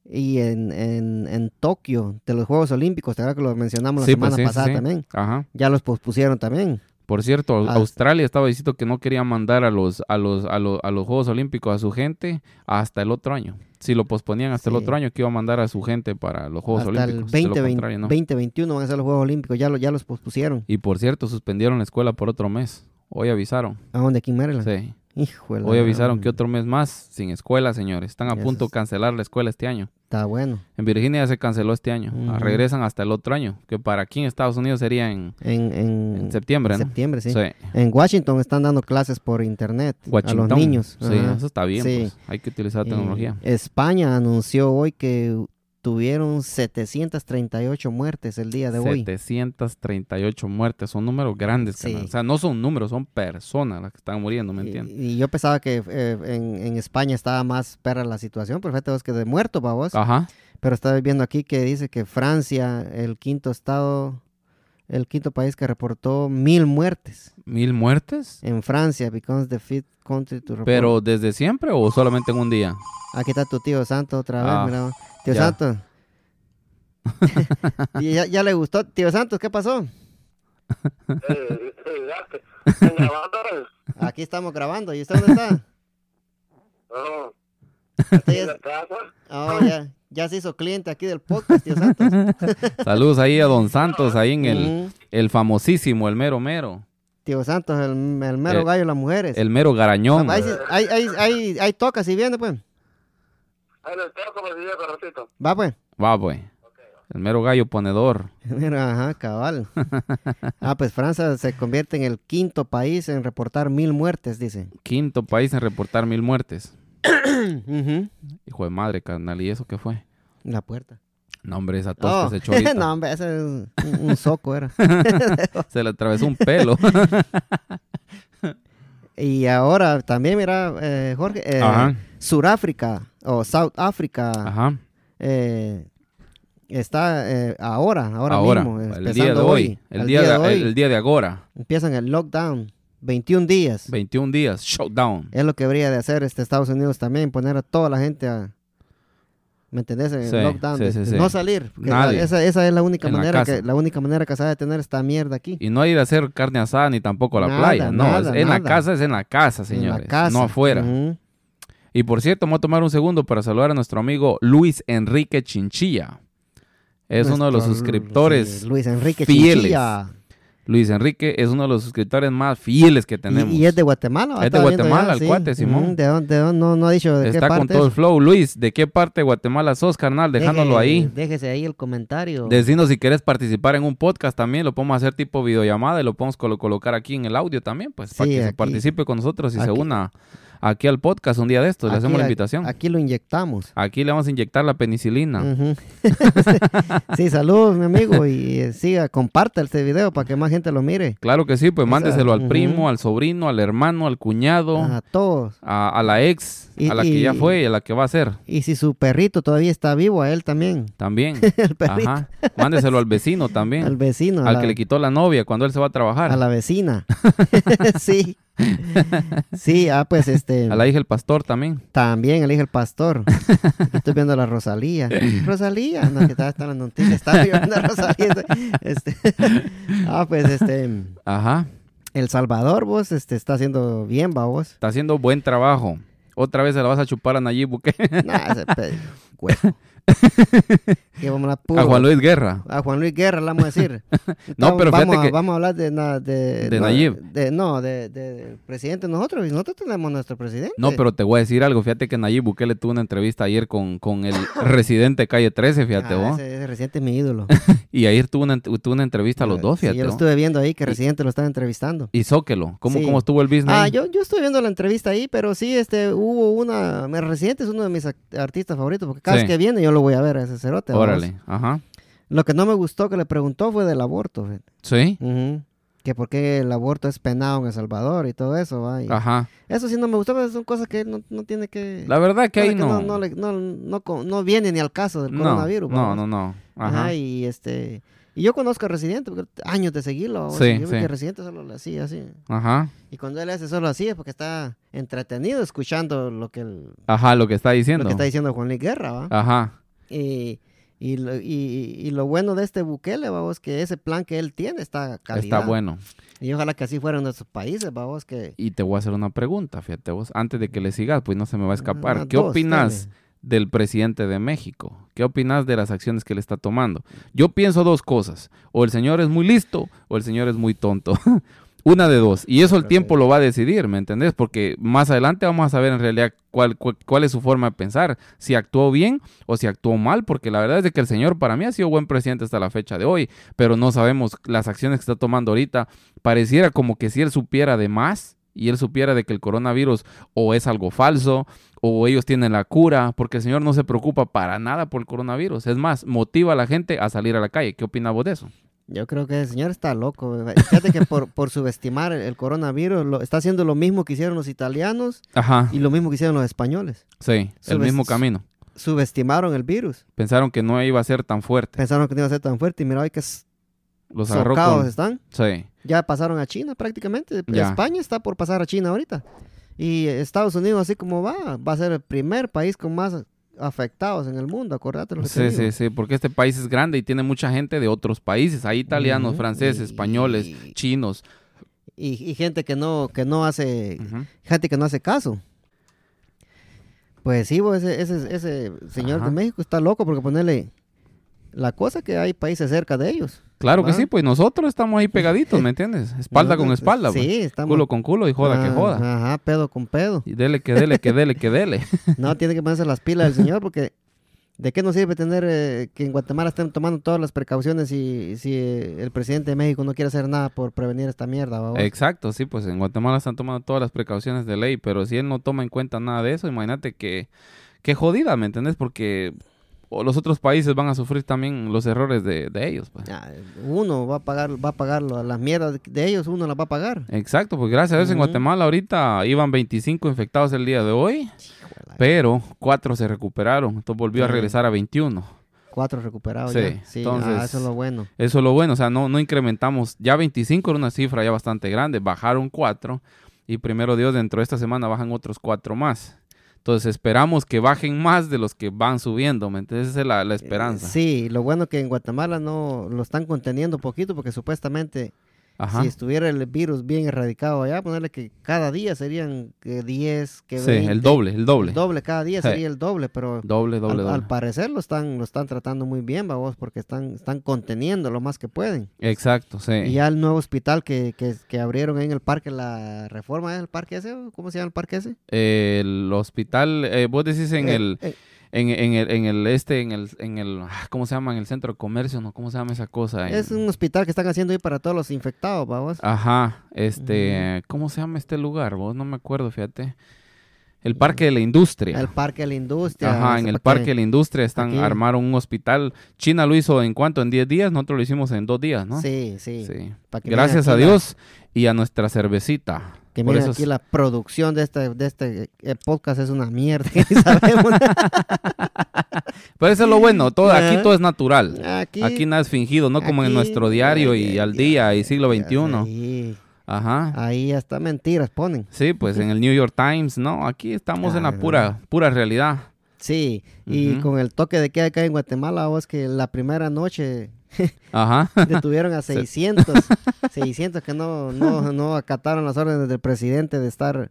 Speaker 1: Y en, en, en Tokio, de los Juegos Olímpicos, te acuerdas que lo mencionamos la
Speaker 2: Sí, pues,
Speaker 1: semana
Speaker 2: sí, sí,
Speaker 1: pasada
Speaker 2: sí.
Speaker 1: también.
Speaker 2: Ajá.
Speaker 1: Ya los pospusieron también.
Speaker 2: Por cierto,
Speaker 1: Ah.
Speaker 2: Australia estaba diciendo que no quería mandar a los, a los, a los, a los Juegos Olímpicos a su gente hasta el otro año. Si lo posponían hasta el
Speaker 1: Sí.
Speaker 2: otro año, que iba a mandar a su gente para los Juegos
Speaker 1: Hasta
Speaker 2: Olímpicos. De
Speaker 1: el
Speaker 2: lo
Speaker 1: 20,
Speaker 2: contrario, no.
Speaker 1: 2021 van a ser los Juegos Olímpicos, ya, lo, ya los pospusieron.
Speaker 2: Y por cierto, suspendieron la escuela por otro mes. Hoy avisaron.
Speaker 1: ¿A dónde? Aquí en Maryland.
Speaker 2: Sí.
Speaker 1: Hijo de la
Speaker 2: Hoy avisaron
Speaker 1: gran-
Speaker 2: que otro mes más sin escuela, señores. Están a
Speaker 1: Ya
Speaker 2: punto de
Speaker 1: es-
Speaker 2: cancelar la escuela este año.
Speaker 1: Está bueno.
Speaker 2: En Virginia ya se canceló este año. Ah,
Speaker 1: Ujú.
Speaker 2: Regresan hasta el otro año, que para aquí en Estados Unidos sería en,
Speaker 1: En, Mm. en-
Speaker 2: en septiembre, ¿no?
Speaker 1: septiembre, sí.
Speaker 2: Sí.
Speaker 1: En Washington están dando clases por internet a
Speaker 2: Washington.
Speaker 1: los niños.
Speaker 2: Sí,
Speaker 1: Ajá.
Speaker 2: eso está bien.
Speaker 1: Sí.
Speaker 2: pues. Hay que utilizar la tecnología.
Speaker 1: Eh, España anunció hoy que tuvieron 738 muertes el día de hoy.
Speaker 2: 738 muertes. Son números grandes.
Speaker 1: Sí.
Speaker 2: carnal. O sea, no son números, son personas las que están muriendo, ¿me
Speaker 1: Y,
Speaker 2: entiendes?
Speaker 1: y yo pensaba que eh, en, en España estaba más perra la situación, pero fíjate vos que de muertos, pa' vos.
Speaker 2: Ajá.
Speaker 1: Pero estaba viendo aquí que dice que Francia, el quinto estado, el quinto país que reportó mil muertes.
Speaker 2: ¿Mil muertes?
Speaker 1: En Francia, becomes the fifth country to report.
Speaker 2: ¿Pero desde siempre o solamente en un día?
Speaker 1: Aquí está tu tío Santo otra vez,
Speaker 2: Ah,
Speaker 1: mira. Tío
Speaker 2: ya.
Speaker 1: Santo. Y ya, ya le gustó. Tío Santos, ¿qué pasó?
Speaker 3: Eh, fíjate, en Navarra,
Speaker 1: Aquí estamos grabando. ¿Y usted dónde está?
Speaker 3: no,
Speaker 1: Usted
Speaker 3: en la
Speaker 1: ya,
Speaker 3: casa,
Speaker 1: oh, ya, ya se hizo cliente aquí del podcast, tío Santos.
Speaker 2: Saludos ahí a Don Santos, ahí en el,
Speaker 1: Mm,
Speaker 2: el famosísimo, el mero mero.
Speaker 1: tío Santos, el, el mero
Speaker 2: El-
Speaker 1: gallo de las mujeres.
Speaker 2: Eh, El mero garañón.
Speaker 1: ahí, sí- ahí, ahí, ahí- ahí toca, si viene, pues.
Speaker 3: en el teatro me diría que ratito.
Speaker 1: Va, pues.
Speaker 2: Va, pues. El mero gallo ponedor.
Speaker 1: Mira, ajá, cabal. Ah, pues Francia se convierte en el quinto país en reportar mil muertes, dice.
Speaker 2: Quinto país en reportar mil muertes.
Speaker 1: Ujú.
Speaker 2: Hijo de madre, carnal. ¿Y eso qué fue?
Speaker 1: La puerta.
Speaker 2: No, hombre, esa tosca
Speaker 1: Oh,
Speaker 2: se echó ahorita.
Speaker 1: no, hombre, ese es un, un soco era.
Speaker 2: Se le atravesó un pelo.
Speaker 1: Y ahora también, mira, eh, Jorge, eh,
Speaker 2: Ajá.
Speaker 1: Suráfrica o South Africa
Speaker 2: Ajá.
Speaker 1: eh, está eh, ahora, ahora,
Speaker 2: Ahora,
Speaker 1: mismo,
Speaker 2: el
Speaker 1: empezando
Speaker 2: día de hoy. El
Speaker 1: al
Speaker 2: día, de,
Speaker 1: hoy,
Speaker 2: el, el día de agora.
Speaker 1: empiezan el lockdown, 21 días.
Speaker 2: 21 días. Shutdown.
Speaker 1: Es lo que habría de hacer este Estados Unidos también, poner a toda la gente a... ¿Me entendés? En
Speaker 2: Sí,
Speaker 1: lockdown,
Speaker 2: sí,
Speaker 1: de-
Speaker 2: sí,
Speaker 1: de
Speaker 2: sí.
Speaker 1: no salir. porque la-
Speaker 2: Nadie.
Speaker 1: esa, esa es la única
Speaker 2: En la
Speaker 1: manera que
Speaker 2: casa.
Speaker 1: la única manera que se ha de tener esta mierda aquí.
Speaker 2: Y no ir a hacer carne asada ni tampoco a la
Speaker 1: Nada,
Speaker 2: playa. No,
Speaker 1: nada,
Speaker 2: es- en la
Speaker 1: nada.
Speaker 2: casa es en la casa,
Speaker 1: En la
Speaker 2: señores.
Speaker 1: casa. Mm.
Speaker 2: No afuera.
Speaker 1: Ujú.
Speaker 2: Y por cierto, me voy a tomar un segundo para saludar a nuestro amigo Luis Enrique Chinchilla. Es uno de los
Speaker 1: Nuestro-
Speaker 2: suscriptores.
Speaker 1: sí, Luis Enrique
Speaker 2: fieles.
Speaker 1: Chinchilla.
Speaker 2: Luis Enrique es uno de los suscriptores más fieles que tenemos.
Speaker 1: Y, y es de Guatemala.
Speaker 2: Es de
Speaker 1: estaba viendo
Speaker 2: Guatemala, el cuate, Simón.
Speaker 1: Ujú, ¿De dónde? de dónde? no, no ha dicho de qué
Speaker 2: Está
Speaker 1: parte.
Speaker 2: con todo el
Speaker 1: es.
Speaker 2: flow. Luis, ¿de qué parte de Guatemala sos, carnal? Dejándolo
Speaker 1: Deje-
Speaker 2: ahí.
Speaker 1: Déjese ahí el comentario.
Speaker 2: Decinos si quieres participar en un podcast también. Lo podemos hacer tipo videollamada y lo podemos colo- colocar aquí en el audio también, pues, para
Speaker 1: Sí,
Speaker 2: que se
Speaker 1: aquí.
Speaker 2: participe con nosotros y se
Speaker 1: Aquí.
Speaker 2: una aquí al podcast un día de estos. Le hacemos la
Speaker 1: Aquí-
Speaker 2: invitación. Ah. Aquí,
Speaker 1: Aquí Mm. lo inyectamos.
Speaker 2: le vamos a inyectar la penicilina.
Speaker 1: Ujú. sí, saludos, mi amigo. Y eh, siga, comparta este video para que más gente lo mire.
Speaker 2: Claro que sí, pues
Speaker 1: Esa-
Speaker 2: mándeselo al
Speaker 1: ujú.
Speaker 2: primo, al sobrino, al hermano, al cuñado,
Speaker 1: A todos.
Speaker 2: a, a la ex,
Speaker 1: Y-
Speaker 2: a la que
Speaker 1: y-
Speaker 2: ya fue y a la que va a ser
Speaker 1: Y si su perrito todavía está vivo, a él también.
Speaker 2: también.
Speaker 1: El perrito.
Speaker 2: Ajá. Mándeselo al vecino también.
Speaker 1: Al vecino. a
Speaker 2: al
Speaker 1: la-
Speaker 2: que le quitó la novia cuando él se va a trabajar.
Speaker 1: a la vecina. sí. Sí, ah, pues este.
Speaker 2: A la hija del pastor también.
Speaker 1: También elige el pastor. Aquí estoy viendo a la Rosalía. Rosalía, no, que estaba estaba en las noticias. Estaba yo viendo a Rosalía. Este, ah, pues este.
Speaker 2: Ajá.
Speaker 1: El Salvador, vos, este, está haciendo bien, va vos.
Speaker 2: Está haciendo buen trabajo. Otra vez se la vas a chupar a Nayib Bukele.
Speaker 1: Nah, ese pe- huevo. Que vamos a, hablar puro-
Speaker 2: a Juan Luis Guerra.
Speaker 1: a Juan Luis Guerra, le vamos a decir.
Speaker 2: No, pero
Speaker 1: vamos,
Speaker 2: fíjate
Speaker 1: a,
Speaker 2: que-
Speaker 1: vamos a hablar de. na- de,
Speaker 2: de
Speaker 1: no,
Speaker 2: Nayib.
Speaker 1: de- no, de, de presidente nosotros. y Nosotros tenemos nuestro presidente.
Speaker 2: No, pero te voy a decir algo. Fíjate que Nayib Bukele tuvo una entrevista ayer con, con el residente Calle 13, fíjate
Speaker 1: Ah,
Speaker 2: vos.
Speaker 1: ese, ese reciente es mi ídolo.
Speaker 2: Y ayer tuvo una, tuvo una entrevista a los dos,
Speaker 1: Eh, Sí,
Speaker 2: fíjate
Speaker 1: yo lo
Speaker 2: vos.
Speaker 1: estuve viendo ahí que Residente lo estaba entrevistando.
Speaker 2: Y Zóquelo. ¿Cómo,
Speaker 1: Sí.
Speaker 2: ¿Cómo estuvo el business?
Speaker 1: Ah,
Speaker 2: ahí?
Speaker 1: yo, yo estuve viendo la entrevista ahí, pero sí, este, hubo una... me- Residente es uno de mis act- artistas favoritos, porque cada
Speaker 2: Sí.
Speaker 1: vez que viene yo lo voy a ver a ese cerote. vamos.
Speaker 2: Órale. Ajá.
Speaker 1: Lo que no me gustó que le preguntó fue del aborto, fíjate.
Speaker 2: Sí.
Speaker 1: Ujú. Que por qué el aborto es penado en El Salvador y todo eso, va. y-
Speaker 2: Ajá.
Speaker 1: Eso sí no me gustó, pero son cosas que él no, no tiene que...
Speaker 2: Ah. La verdad que
Speaker 1: no, que
Speaker 2: ahí no.
Speaker 1: no le- no- no co- no viene ni al caso del
Speaker 2: No,
Speaker 1: coronavirus,
Speaker 2: no,
Speaker 1: vamos.
Speaker 2: no, no.
Speaker 1: Ajá.
Speaker 2: Ajá.
Speaker 1: y este... Y yo conozco a Residente, porque años de seguirlo. vamos,
Speaker 2: Sí,
Speaker 1: y yo vi
Speaker 2: sí.
Speaker 1: que Residente solo le hacía así.
Speaker 2: Ajá.
Speaker 1: Y cuando él hace solo así es porque está entretenido escuchando lo que, el-
Speaker 2: Ajá, lo que está
Speaker 1: lo
Speaker 2: diciendo.
Speaker 1: que está diciendo Juan Luis Guerra, ¿va?
Speaker 2: Ajá.
Speaker 1: Y, y, lo, y- y lo bueno de este Bukele, vamos, que ese plan que él tiene está calidad.
Speaker 2: Está bueno.
Speaker 1: Y ojalá que así fuera en nuestros países, vamos, que...
Speaker 2: Y te voy a hacer una pregunta, fíjate vos, antes de que le sigas, pues no se me va a escapar.
Speaker 1: Unas
Speaker 2: ¿Qué
Speaker 1: dos,
Speaker 2: opinas
Speaker 1: dale.
Speaker 2: del presidente de México? ¿Qué opinas de las acciones que le está tomando? Yo pienso dos cosas. O el señor es muy listo o el señor es muy tonto. Una de dos. Y eso el
Speaker 1: Creo
Speaker 2: tiempo
Speaker 1: que-
Speaker 2: lo va a decidir, ¿me entendés? Porque más adelante vamos a saber en realidad cuál, cuál, cuál es su forma de pensar. Si actuó bien o si actuó mal. Porque la verdad es de que el señor para mí ha sido buen presidente hasta la fecha de hoy. Pero no sabemos las acciones que está tomando ahorita. Pareciera como que si él supiera de más y él supiera de que el coronavirus o es algo falso o ellos tienen la cura. Porque el señor no se preocupa para nada por el coronavirus. Es más, motiva a la gente a salir a la calle. ¿Qué opinamos de eso?
Speaker 1: Yo creo que el señor está loco. Fíjate que por, por subestimar el, el coronavirus lo, está haciendo lo mismo que hicieron los italianos
Speaker 2: Ajá.
Speaker 1: y lo mismo que hicieron los españoles.
Speaker 2: Sí, el
Speaker 1: Subes-
Speaker 2: mismo camino.
Speaker 1: Subestimaron el virus.
Speaker 2: pensaron que no iba a ser tan fuerte.
Speaker 1: Pensaron que no iba a ser tan fuerte y mira hoy que s-
Speaker 2: Los agarró
Speaker 1: socados
Speaker 2: con...
Speaker 1: están.
Speaker 2: Sí,
Speaker 1: Ya pasaron a China prácticamente.
Speaker 2: Ya.
Speaker 1: España está por pasar a China ahorita. Y Estados Unidos, así como va, va a ser el primer país con más afectados en el mundo. Acordate lo que te
Speaker 2: sí, sí,
Speaker 1: digo.
Speaker 2: sí, porque este país es grande y tiene mucha gente de otros países. Hay italianos,
Speaker 1: Ujú.
Speaker 2: franceses, españoles,
Speaker 1: Y-
Speaker 2: chinos.
Speaker 1: Y, y gente que no, que no hace
Speaker 2: Ujú.
Speaker 1: gente que no hace caso. Pues sí, vos, ese, ese, ese señor de
Speaker 2: Ajá.
Speaker 1: México está loco porque ponerle la cosa que hay países cerca de ellos.
Speaker 2: Claro que
Speaker 1: Va.
Speaker 2: sí, pues nosotros estamos ahí pegaditos, ¿me entiendes? Espalda con
Speaker 1: Ah. Nosotros,
Speaker 2: espalda,
Speaker 1: Sí,
Speaker 2: pues.
Speaker 1: estamos.
Speaker 2: culo con culo y joda que
Speaker 1: Ah,
Speaker 2: joda.
Speaker 1: Ajá, pedo con pedo.
Speaker 2: Y dele que dele, que dele, que dele.
Speaker 1: No, tiene que ponerse las pilas el señor porque ¿de qué nos sirve tener eh, que en Guatemala estén tomando todas las precauciones si, si eh, el presidente de México no quiere hacer nada por prevenir esta mierda? babos?
Speaker 2: Exacto, sí, pues en Guatemala están tomando todas las precauciones de ley, pero si él no toma en cuenta nada de eso, imagínate que, que jodida, ¿me entendés? Porque o los otros países van a sufrir también los errores de, de ellos, pues.
Speaker 1: Ah, Uno va a pagar, va a pagar lo- las mierdas de ellos, uno las va a pagar.
Speaker 2: Exacto, pues gracias a Dios en
Speaker 1: Ujú.
Speaker 2: Guatemala ahorita iban 25 infectados el día de hoy, pero 4 se recuperaron, entonces volvió a
Speaker 1: Sí.
Speaker 2: regresar a 21.
Speaker 1: Cuatro recuperados
Speaker 2: Sí,
Speaker 1: ya. Sí, ah,
Speaker 2: entonces-
Speaker 1: eso es lo bueno.
Speaker 2: Eso es lo bueno, o sea, no, no incrementamos, ya 25 era una cifra ya bastante grande, bajaron 4 y primero Dios dentro de esta semana bajan otros 4 más. Entonces esperamos que bajen más de los que van subiendo, ¿me entiendes? Esa es la, la esperanza.
Speaker 1: Eh, Sí, lo bueno que en Guatemala no lo están conteniendo poquito porque supuestamente
Speaker 2: Ajá.
Speaker 1: si estuviera el virus bien erradicado allá, ponerle que cada día serían que 10, que
Speaker 2: Sí,
Speaker 1: 20,
Speaker 2: el doble, el doble.
Speaker 1: el doble, cada día
Speaker 2: Sí.
Speaker 1: sería el doble, pero
Speaker 2: Doble, doble,
Speaker 1: al,
Speaker 2: doble.
Speaker 1: al parecer lo están lo están tratando muy bien, babos, porque están están conteniendo lo más que pueden.
Speaker 2: Exacto, sí.
Speaker 1: Y ya el nuevo hospital que, que, que abrieron ahí en el parque, la reforma, ¿es el parque ese? ¿Cómo se llama el parque ese?
Speaker 2: El hospital, eh, vos decís en
Speaker 1: Eh,
Speaker 2: el...
Speaker 1: eh,
Speaker 2: En, en el, en el este, en el, en el, ah, ¿cómo se llama? En el centro de comercio, ¿no? ¿Cómo se llama esa cosa? En-
Speaker 1: es un hospital que están haciendo ahí para todos los infectados, babos.
Speaker 2: Ah, Ajá, este, ¿cómo se llama este lugar? Vos no me acuerdo, fíjate. El Parque de la Industria.
Speaker 1: El parque de la industria.
Speaker 2: Ajá,
Speaker 1: Mm. ese
Speaker 2: en el
Speaker 1: pa' que-
Speaker 2: Parque de la Industria están,
Speaker 1: aquí.
Speaker 2: armaron un hospital. China lo hizo en cuánto, en 10 días, nosotros lo hicimos en 2 días, ¿no?
Speaker 1: Sí, sí.
Speaker 2: Sí.
Speaker 1: pa' que
Speaker 2: Gracias
Speaker 1: miren
Speaker 2: a
Speaker 1: aquí la-
Speaker 2: Dios y a nuestra cervecita.
Speaker 1: que
Speaker 2: Por
Speaker 1: miren
Speaker 2: eso
Speaker 1: aquí
Speaker 2: es-
Speaker 1: la producción de este, de este eh, podcast es una mierda. que ni sabemos.
Speaker 2: Pero eso es lo bueno, todo, aquí
Speaker 1: Ajá.
Speaker 2: todo es natural.
Speaker 1: Ah. aquí,
Speaker 2: Aquí nada es fingido, no como en
Speaker 1: aquí-
Speaker 2: nuestro diario y
Speaker 1: Ya,
Speaker 2: al
Speaker 1: ya,
Speaker 2: día y siglo
Speaker 1: ya, Ah.
Speaker 2: XXI.
Speaker 1: sí.
Speaker 2: Ajá.
Speaker 1: Ahí hasta mentiras ponen.
Speaker 2: Sí, pues en el New York Times, no, aquí estamos en la
Speaker 1: Ajá.
Speaker 2: pura, pura realidad.
Speaker 1: Sí, y
Speaker 2: Ujú.
Speaker 1: con el toque de queda que hay acá en Guatemala, vos que la primera noche
Speaker 2: Ajá.
Speaker 1: detuvieron a 600, 600 que no, no, no acataron las órdenes del presidente de estar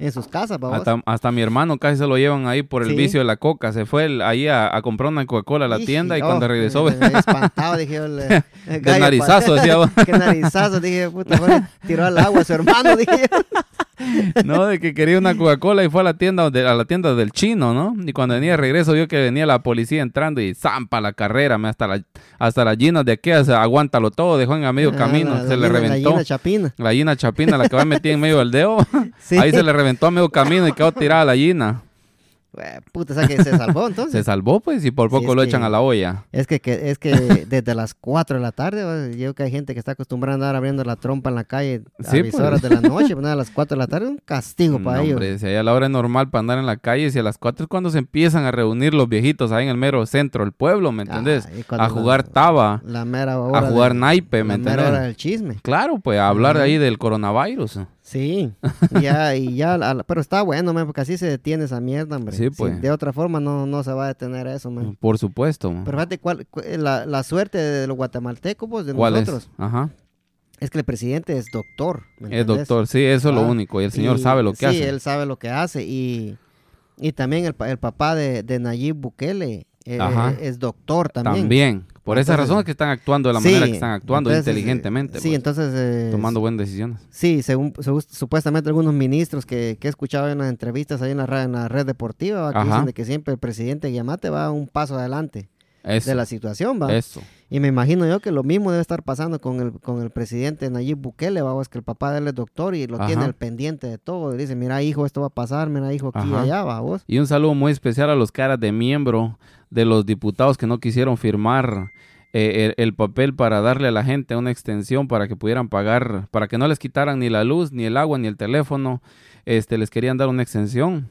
Speaker 1: en sus casas, babos.
Speaker 2: Hasta, hasta mi hermano casi se lo llevan ahí por el
Speaker 1: Sí.
Speaker 2: vicio de la coca. Se fue el- ahí a, a comprar una Coca-Cola a la
Speaker 1: Iji,
Speaker 2: tienda y
Speaker 1: oh,
Speaker 2: cuando regresó,
Speaker 1: me- me espantado, dije yo, le-
Speaker 2: de
Speaker 1: gallo, pa-
Speaker 2: narizazo, decía, vos.
Speaker 1: Qué narizazo, dije, puta, fue- tiró al agua a su hermano, dije yo.
Speaker 2: no, de que quería una Coca-Cola y fue a la tienda de- a la tienda del chino, ¿no? Y cuando venía de regreso vio que venía la policía entrando y zampa la carrera, me, hasta la, hasta las llenas de aquellas, aguántalo todo, dejó en a medio
Speaker 1: Ah,
Speaker 2: camino,
Speaker 1: la-
Speaker 2: se
Speaker 1: la gallina-
Speaker 2: le
Speaker 1: la
Speaker 2: reventó.
Speaker 1: gallina chapina.
Speaker 2: La gallina chapina, la que va metida en medio del dedo,
Speaker 1: Sí.
Speaker 2: ahí se le reventó a medio camino y quedó tirada la gallina.
Speaker 1: Eh, Puta, o sea que se salvó
Speaker 2: Se
Speaker 1: entonces.
Speaker 2: salvó, pues, y por
Speaker 1: Sí,
Speaker 2: poco
Speaker 1: es
Speaker 2: lo
Speaker 1: que-
Speaker 2: echan a la olla.
Speaker 1: Es que, que- es que desde las 4 de la tarde, ¿va? yo que hay gente que está acostumbrada a andar abriendo la trompa en la calle a
Speaker 2: Sí,
Speaker 1: mis
Speaker 2: pues.
Speaker 1: horas de la noche, pero nada, a las 4 de la tarde es un castigo
Speaker 2: No,
Speaker 1: para ellos.
Speaker 2: hombre, si ahí a la hora es normal para andar en la calle, si a las 4 es cuando se empiezan a reunir los viejitos ahí en el mero centro del pueblo, ¿me entendés?
Speaker 1: Ah, y cuando
Speaker 2: a
Speaker 1: la-
Speaker 2: jugar taba,
Speaker 1: La mera hora.
Speaker 2: a jugar
Speaker 1: de-
Speaker 2: naipe,
Speaker 1: La
Speaker 2: ¿me
Speaker 1: mera hora
Speaker 2: entendés?
Speaker 1: del chisme.
Speaker 2: Claro, pues a hablar
Speaker 1: Ujú.
Speaker 2: ahí del coronavirus.
Speaker 1: Sí. ya, y ya, a la- pero está bueno, man, porque así se detiene esa mierda, hombre.
Speaker 2: Sí,
Speaker 1: Si
Speaker 2: pues.
Speaker 1: de otra forma no, no se va a detener eso, man.
Speaker 2: eh, Por supuesto.
Speaker 1: Pero fíjate, cuál, cu- eh, la, la suerte de los guatemaltecos, pues, de
Speaker 2: ¿Cuál
Speaker 1: nosotros,
Speaker 2: es? Ajá.
Speaker 1: es? que el presidente es doctor. ¿me
Speaker 2: Es
Speaker 1: entendés?
Speaker 2: doctor, sí, eso es lo
Speaker 1: Ah,
Speaker 2: único. Y el señor
Speaker 1: Y-
Speaker 2: sabe lo que
Speaker 1: sí,
Speaker 2: hace.
Speaker 1: él sabe lo que hace. Y, y también el, pa- el papá de, de Nayib Bukele eh,
Speaker 2: Ajá.
Speaker 1: es doctor también.
Speaker 2: También. Por esas
Speaker 1: Entonces-
Speaker 2: razones que están actuando de la
Speaker 1: Sí,
Speaker 2: manera que están actuando,
Speaker 1: entonces,
Speaker 2: inteligentemente,
Speaker 1: Sí,
Speaker 2: pues,
Speaker 1: entonces... eh,
Speaker 2: tomando buenas decisiones.
Speaker 1: Sí, según, según- supuestamente algunos ministros que, que he escuchado en las entrevistas ahí en la, ra- en la red deportiva, ¿va? que
Speaker 2: Ajá.
Speaker 1: dicen de que siempre el presidente Yamate va un paso adelante
Speaker 2: Eso.
Speaker 1: de la situación, ¿va?
Speaker 2: eso.
Speaker 1: Y me imagino yo que lo mismo debe estar pasando con el, con el presidente Nayib Bukele, vamos, que el papá de él es doctor y lo
Speaker 2: Ajá.
Speaker 1: tiene al pendiente de todo. Y dice, mira hijo, esto va a pasar, mira hijo, aquí y
Speaker 2: Ajá.
Speaker 1: allá, va vos.
Speaker 2: Y un saludo muy especial a los caras de miembro de los diputados que no quisieron firmar eh, el, el papel para darle a la gente una extensión para que pudieran pagar, para que no les quitaran ni la luz, ni el agua, ni el teléfono. Este, les querían dar una extensión.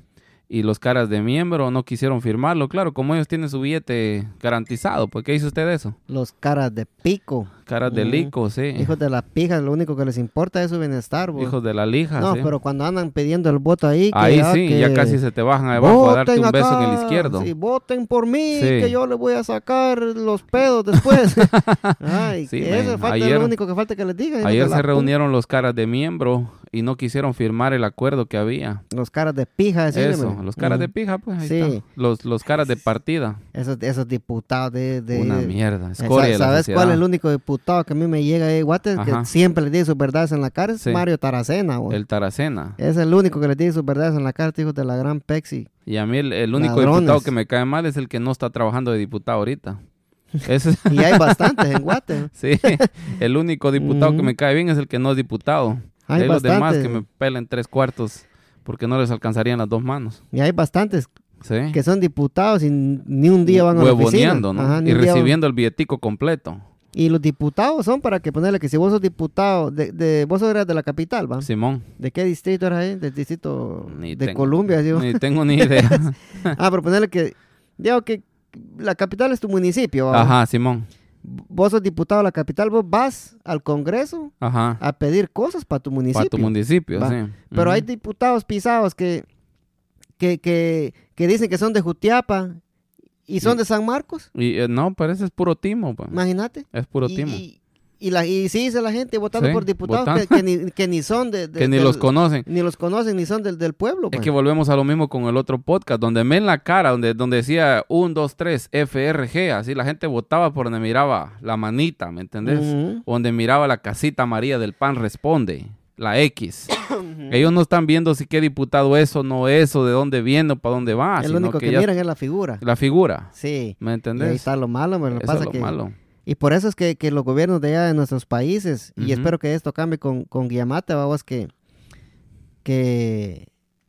Speaker 2: Y los caras de miembro no quisieron firmarlo. Claro, como ellos tienen su billete garantizado, ¿por qué hizo usted eso?
Speaker 1: Los caras de pico,
Speaker 2: Caras de
Speaker 1: Ujú.
Speaker 2: lico, sí.
Speaker 1: hijos de las pijas, lo único que les importa es su bienestar, vos.
Speaker 2: Hijos de la lija,
Speaker 1: no,
Speaker 2: sí.
Speaker 1: pero cuando andan pidiendo el voto ahí... que
Speaker 2: Ahí
Speaker 1: ya
Speaker 2: sí,
Speaker 1: que-
Speaker 2: ya casi se te bajan abajo a darte
Speaker 1: "Voten
Speaker 2: un beso en el
Speaker 1: acá,
Speaker 2: izquierdo.
Speaker 1: sí, voten por mí,
Speaker 2: Sí.
Speaker 1: que yo le voy a sacar los pedos después. Ay,
Speaker 2: Sí,
Speaker 1: que eso
Speaker 2: men,
Speaker 1: falta, es
Speaker 2: ayer-
Speaker 1: lo único que falta que les digan. hijos
Speaker 2: Ayer
Speaker 1: de la
Speaker 2: se
Speaker 1: pu-
Speaker 2: reunieron los caras de miembro y no quisieron firmar el acuerdo que había.
Speaker 1: Los caras de pija, decíle,
Speaker 2: Eso,
Speaker 1: men.
Speaker 2: los caras
Speaker 1: Ujú.
Speaker 2: de pija, pues ahí
Speaker 1: Sí.
Speaker 2: está. Los, los caras de partida.
Speaker 1: Esos, esos diputados de... de-
Speaker 2: Una
Speaker 1: de-
Speaker 2: mierda.
Speaker 1: Sa-
Speaker 2: Escoria de la
Speaker 1: ¿Sabes cuál
Speaker 2: sociedad.
Speaker 1: es el único diputado que a mí me llega de Guates
Speaker 2: Ajá.
Speaker 1: que siempre le dice sus verdades en la cara? Es
Speaker 2: Sí.
Speaker 1: Mario Taracena, güey.
Speaker 2: El Taracena.
Speaker 1: Es el único que le dice sus verdades en la cara, hijos de la gran Pexi.
Speaker 2: Y a mí el, el único
Speaker 1: Ladrones.
Speaker 2: diputado que me cae mal es el que no está trabajando de diputado ahorita. Ese es-
Speaker 1: Y hay bastantes en Guates.
Speaker 2: sí, el único diputado que
Speaker 1: Ujú.
Speaker 2: me cae bien es el que no es diputado.
Speaker 1: Hay
Speaker 2: Hay los demás
Speaker 1: bastantes.
Speaker 2: que me pelan tres cuartos porque no les alcanzarían las dos manos.
Speaker 1: Y hay bastantes
Speaker 2: Sí.
Speaker 1: que son diputados y ni un día van a la oficina.
Speaker 2: Huevoneando, ¿no?
Speaker 1: Ajá, ni
Speaker 2: y
Speaker 1: un día van-
Speaker 2: recibiendo el billetico completo.
Speaker 1: Y los diputados son para que ponerle que si vos sos diputado, de, de- vos eras de la capital, ¿va?
Speaker 2: Simón.
Speaker 1: ¿De qué distrito eras ahí? Del distrito
Speaker 2: Ni
Speaker 1: de
Speaker 2: tengo-
Speaker 1: Colombia. digo.
Speaker 2: Ni tengo ni idea.
Speaker 1: Ah, pero ponerle que, digo que la capital es tu municipio, ¿va?
Speaker 2: Ajá, Simón.
Speaker 1: Vos sos diputado de la capital, vos vas al Congreso
Speaker 2: Ajá.
Speaker 1: a pedir cosas para tu Ah, municipio.
Speaker 2: Para tu municipio,
Speaker 1: Va.
Speaker 2: sí.
Speaker 1: Pero
Speaker 2: Ujú.
Speaker 1: hay diputados pisados que, que, que, que dicen que son de Jutiapa y son
Speaker 2: Y-
Speaker 1: de San Marcos.
Speaker 2: Y, eh, no, pero ese es puro timo, pa.
Speaker 1: Imagínate.
Speaker 2: Es puro
Speaker 1: y,
Speaker 2: timo.
Speaker 1: Y, y la, y sí dice la gente votando
Speaker 2: Sí,
Speaker 1: por diputados
Speaker 2: votando.
Speaker 1: que, que ni, que ni son de, de-
Speaker 2: que ni
Speaker 1: del-
Speaker 2: los conocen.
Speaker 1: ni los conocen ni son del, del pueblo. pues.
Speaker 2: Es
Speaker 1: man.
Speaker 2: que volvemos a lo mismo con el otro podcast, donde me en la cara, donde, donde decía 1, 2, 3, FRG, así la gente votaba por donde miraba la manita, ¿me entendés?
Speaker 1: Ujú.
Speaker 2: Donde miraba la casita María del Pan Responde, la X. Ellos no están viendo si qué diputado es o no es, o de dónde viene o para dónde va,
Speaker 1: el
Speaker 2: Ah, sino
Speaker 1: único que,
Speaker 2: que, ya
Speaker 1: miran es la figura.
Speaker 2: la figura,
Speaker 1: Sí.
Speaker 2: ¿me
Speaker 1: Y ahí
Speaker 2: entendés?
Speaker 1: está lo malo, man, lo
Speaker 2: Eso
Speaker 1: pasa
Speaker 2: es lo
Speaker 1: que-
Speaker 2: malo.
Speaker 1: Y por eso es que, que los gobiernos de allá de nuestros países, y
Speaker 2: Ujú.
Speaker 1: espero que esto cambie con, con Guiamate, babos, que, que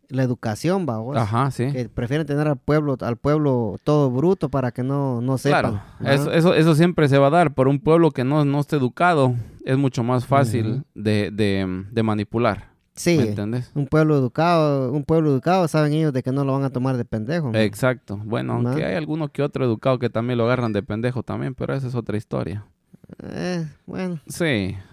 Speaker 1: la educación, babos,
Speaker 2: Ajá, sí.
Speaker 1: que prefieren tener al pueblo, al pueblo todo bruto para que no, no sepan.
Speaker 2: Claro,
Speaker 1: ¿no?
Speaker 2: eso, eso, eso siempre se va a dar. Por un pueblo que no, no esté educado, es mucho más fácil
Speaker 1: Ujú.
Speaker 2: de, de- de manipular. ¿Me
Speaker 1: sí,
Speaker 2: entiendes?
Speaker 1: un pueblo educado, un pueblo educado, saben ellos de que no lo van a tomar de pendejo. man.
Speaker 2: Exacto. Bueno,
Speaker 1: Ma.
Speaker 2: aunque hay alguno que otro educado que también lo agarran de pendejo también, pero esa es otra historia.
Speaker 1: Eh, bueno,
Speaker 2: Sí,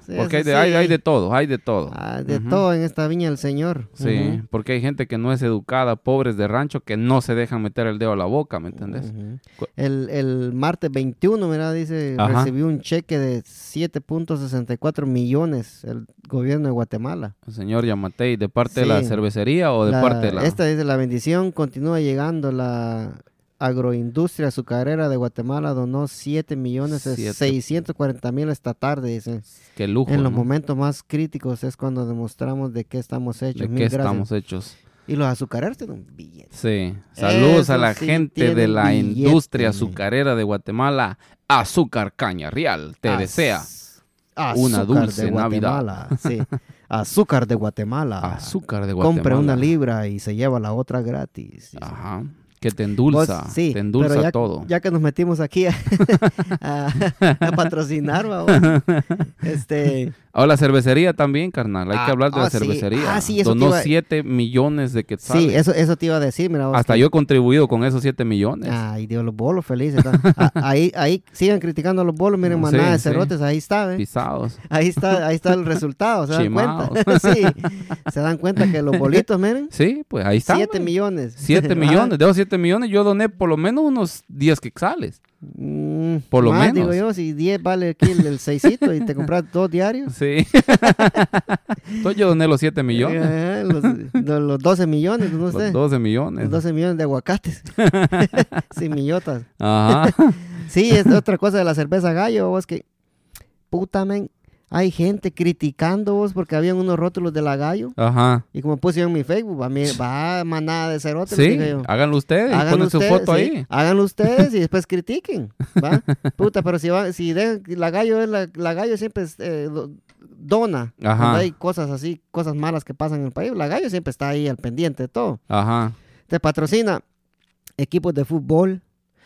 Speaker 1: Sí, eso
Speaker 2: porque hay de,
Speaker 1: sí.
Speaker 2: hay, hay de todo, hay de todo.
Speaker 1: ah, de
Speaker 2: Ujú.
Speaker 1: todo en esta viña del Señor.
Speaker 2: Sí, porque hay gente que no es educada, pobres de rancho, que no se dejan meter el dedo a la boca, ¿me
Speaker 1: Ujú,
Speaker 2: entendés?
Speaker 1: ujú.
Speaker 2: Cu-
Speaker 1: El, el martes 21, mira, dice,
Speaker 2: Ajá.
Speaker 1: recibió un cheque de 7.64 millones el gobierno de Guatemala.
Speaker 2: Señor Yamatei, ¿de parte de la
Speaker 1: Sí.
Speaker 2: cervecería o de
Speaker 1: La- este
Speaker 2: parte de la...?
Speaker 1: Esta dice, la bendición continúa llegando. La agroindustria azucarera de Guatemala donó 7 millones
Speaker 2: Siete.
Speaker 1: 640 mil esta tarde, dice.
Speaker 2: Qué lujo,
Speaker 1: en los
Speaker 2: ¿no?
Speaker 1: momentos más críticos es cuando demostramos de qué estamos hechos.
Speaker 2: ¿De
Speaker 1: Mil
Speaker 2: qué
Speaker 1: gracias.
Speaker 2: estamos hechos?
Speaker 1: Y los azucareros tienen un billete.
Speaker 2: Sí, saludos
Speaker 1: Eso
Speaker 2: a la
Speaker 1: sí
Speaker 2: gente de
Speaker 1: tienen
Speaker 2: la
Speaker 1: billete.
Speaker 2: industria azucarera de Guatemala, Azúcar Caña Real, te
Speaker 1: Az-
Speaker 2: desea una
Speaker 1: azúcar
Speaker 2: dulce
Speaker 1: de
Speaker 2: Navidad.
Speaker 1: Guatemala. Sí. Azúcar de Guatemala.
Speaker 2: azúcar de Guatemala.
Speaker 1: Compre una libra y se lleva la otra gratis. dice.
Speaker 2: Ajá, que te
Speaker 1: Vos-
Speaker 2: endulza,
Speaker 1: sí,
Speaker 2: te
Speaker 1: pero
Speaker 2: endulza
Speaker 1: ya,
Speaker 2: todo.
Speaker 1: Ya que nos metimos aquí a, a- a patrocinar, vamos. Este,
Speaker 2: Ah, la cervecería también, carnal, hay que
Speaker 1: Ah,
Speaker 2: hablar de
Speaker 1: ah,
Speaker 2: la
Speaker 1: sí.
Speaker 2: cervecería.
Speaker 1: Ah, sí, eso te
Speaker 2: Donó
Speaker 1: iba-
Speaker 2: 7 millones de quetzales.
Speaker 1: sí, eso, eso te iba a decir, Ah. mira. vos
Speaker 2: Hasta
Speaker 1: que-
Speaker 2: yo he contribuido con esos 7 millones.
Speaker 1: Ay, Dios, los bolos felices. están. Ah, ahí, ahí sigan criticando a los bolos, miren,
Speaker 2: Sí,
Speaker 1: manada de
Speaker 2: sí.
Speaker 1: cerotes, ahí está, ¿eh?
Speaker 2: Pisados.
Speaker 1: Ahí está, ahí está el resultado, ¿se dan
Speaker 2: Chimaos.
Speaker 1: cuenta? sí, se dan cuenta que los bolitos, miren,
Speaker 2: Sí, pues ahí está.
Speaker 1: 7
Speaker 2: hombre.
Speaker 1: millones. Ah,
Speaker 2: Siete
Speaker 1: Ajá.
Speaker 2: millones. De esos 7 millones yo doné por lo menos unos 10 quetzales.
Speaker 1: Mm,
Speaker 2: Por lo
Speaker 1: más,
Speaker 2: menos.
Speaker 1: digo yo, si 10 vale aquí el, el seisito y te compras dos diarios.
Speaker 2: Sí. Entonces yo doné los 7 millones.
Speaker 1: eh, los, los- los 12 millones, no sé.
Speaker 2: Los 12
Speaker 1: Los
Speaker 2: millones.
Speaker 1: 12 millones de aguacates. Sin millotas.
Speaker 2: Ajá.
Speaker 1: Sí, es otra cosa de la cerveza gallo, vos que. Puta, men. Hay gente criticando vos porque habían unos rótulos de la gallo.
Speaker 2: Ajá.
Speaker 1: Y como puse yo en mi Facebook, a mí va manada de cerotes.
Speaker 2: Sí,
Speaker 1: dije yo.
Speaker 2: háganlo ustedes. y
Speaker 1: Háganlo
Speaker 2: Ponen su
Speaker 1: ustedes,
Speaker 2: foto
Speaker 1: sí,
Speaker 2: ahí.
Speaker 1: Háganlo ustedes y después critiquen. ¿va? Puta, pero si, van- si dejan- la gallo es la, la gallo siempre es, eh, do- dona.
Speaker 2: Ajá.
Speaker 1: Cuando hay cosas así, cosas malas que pasan en el país, la gallo siempre está ahí al pendiente de todo.
Speaker 2: Ajá.
Speaker 1: Te patrocina equipos de fútbol,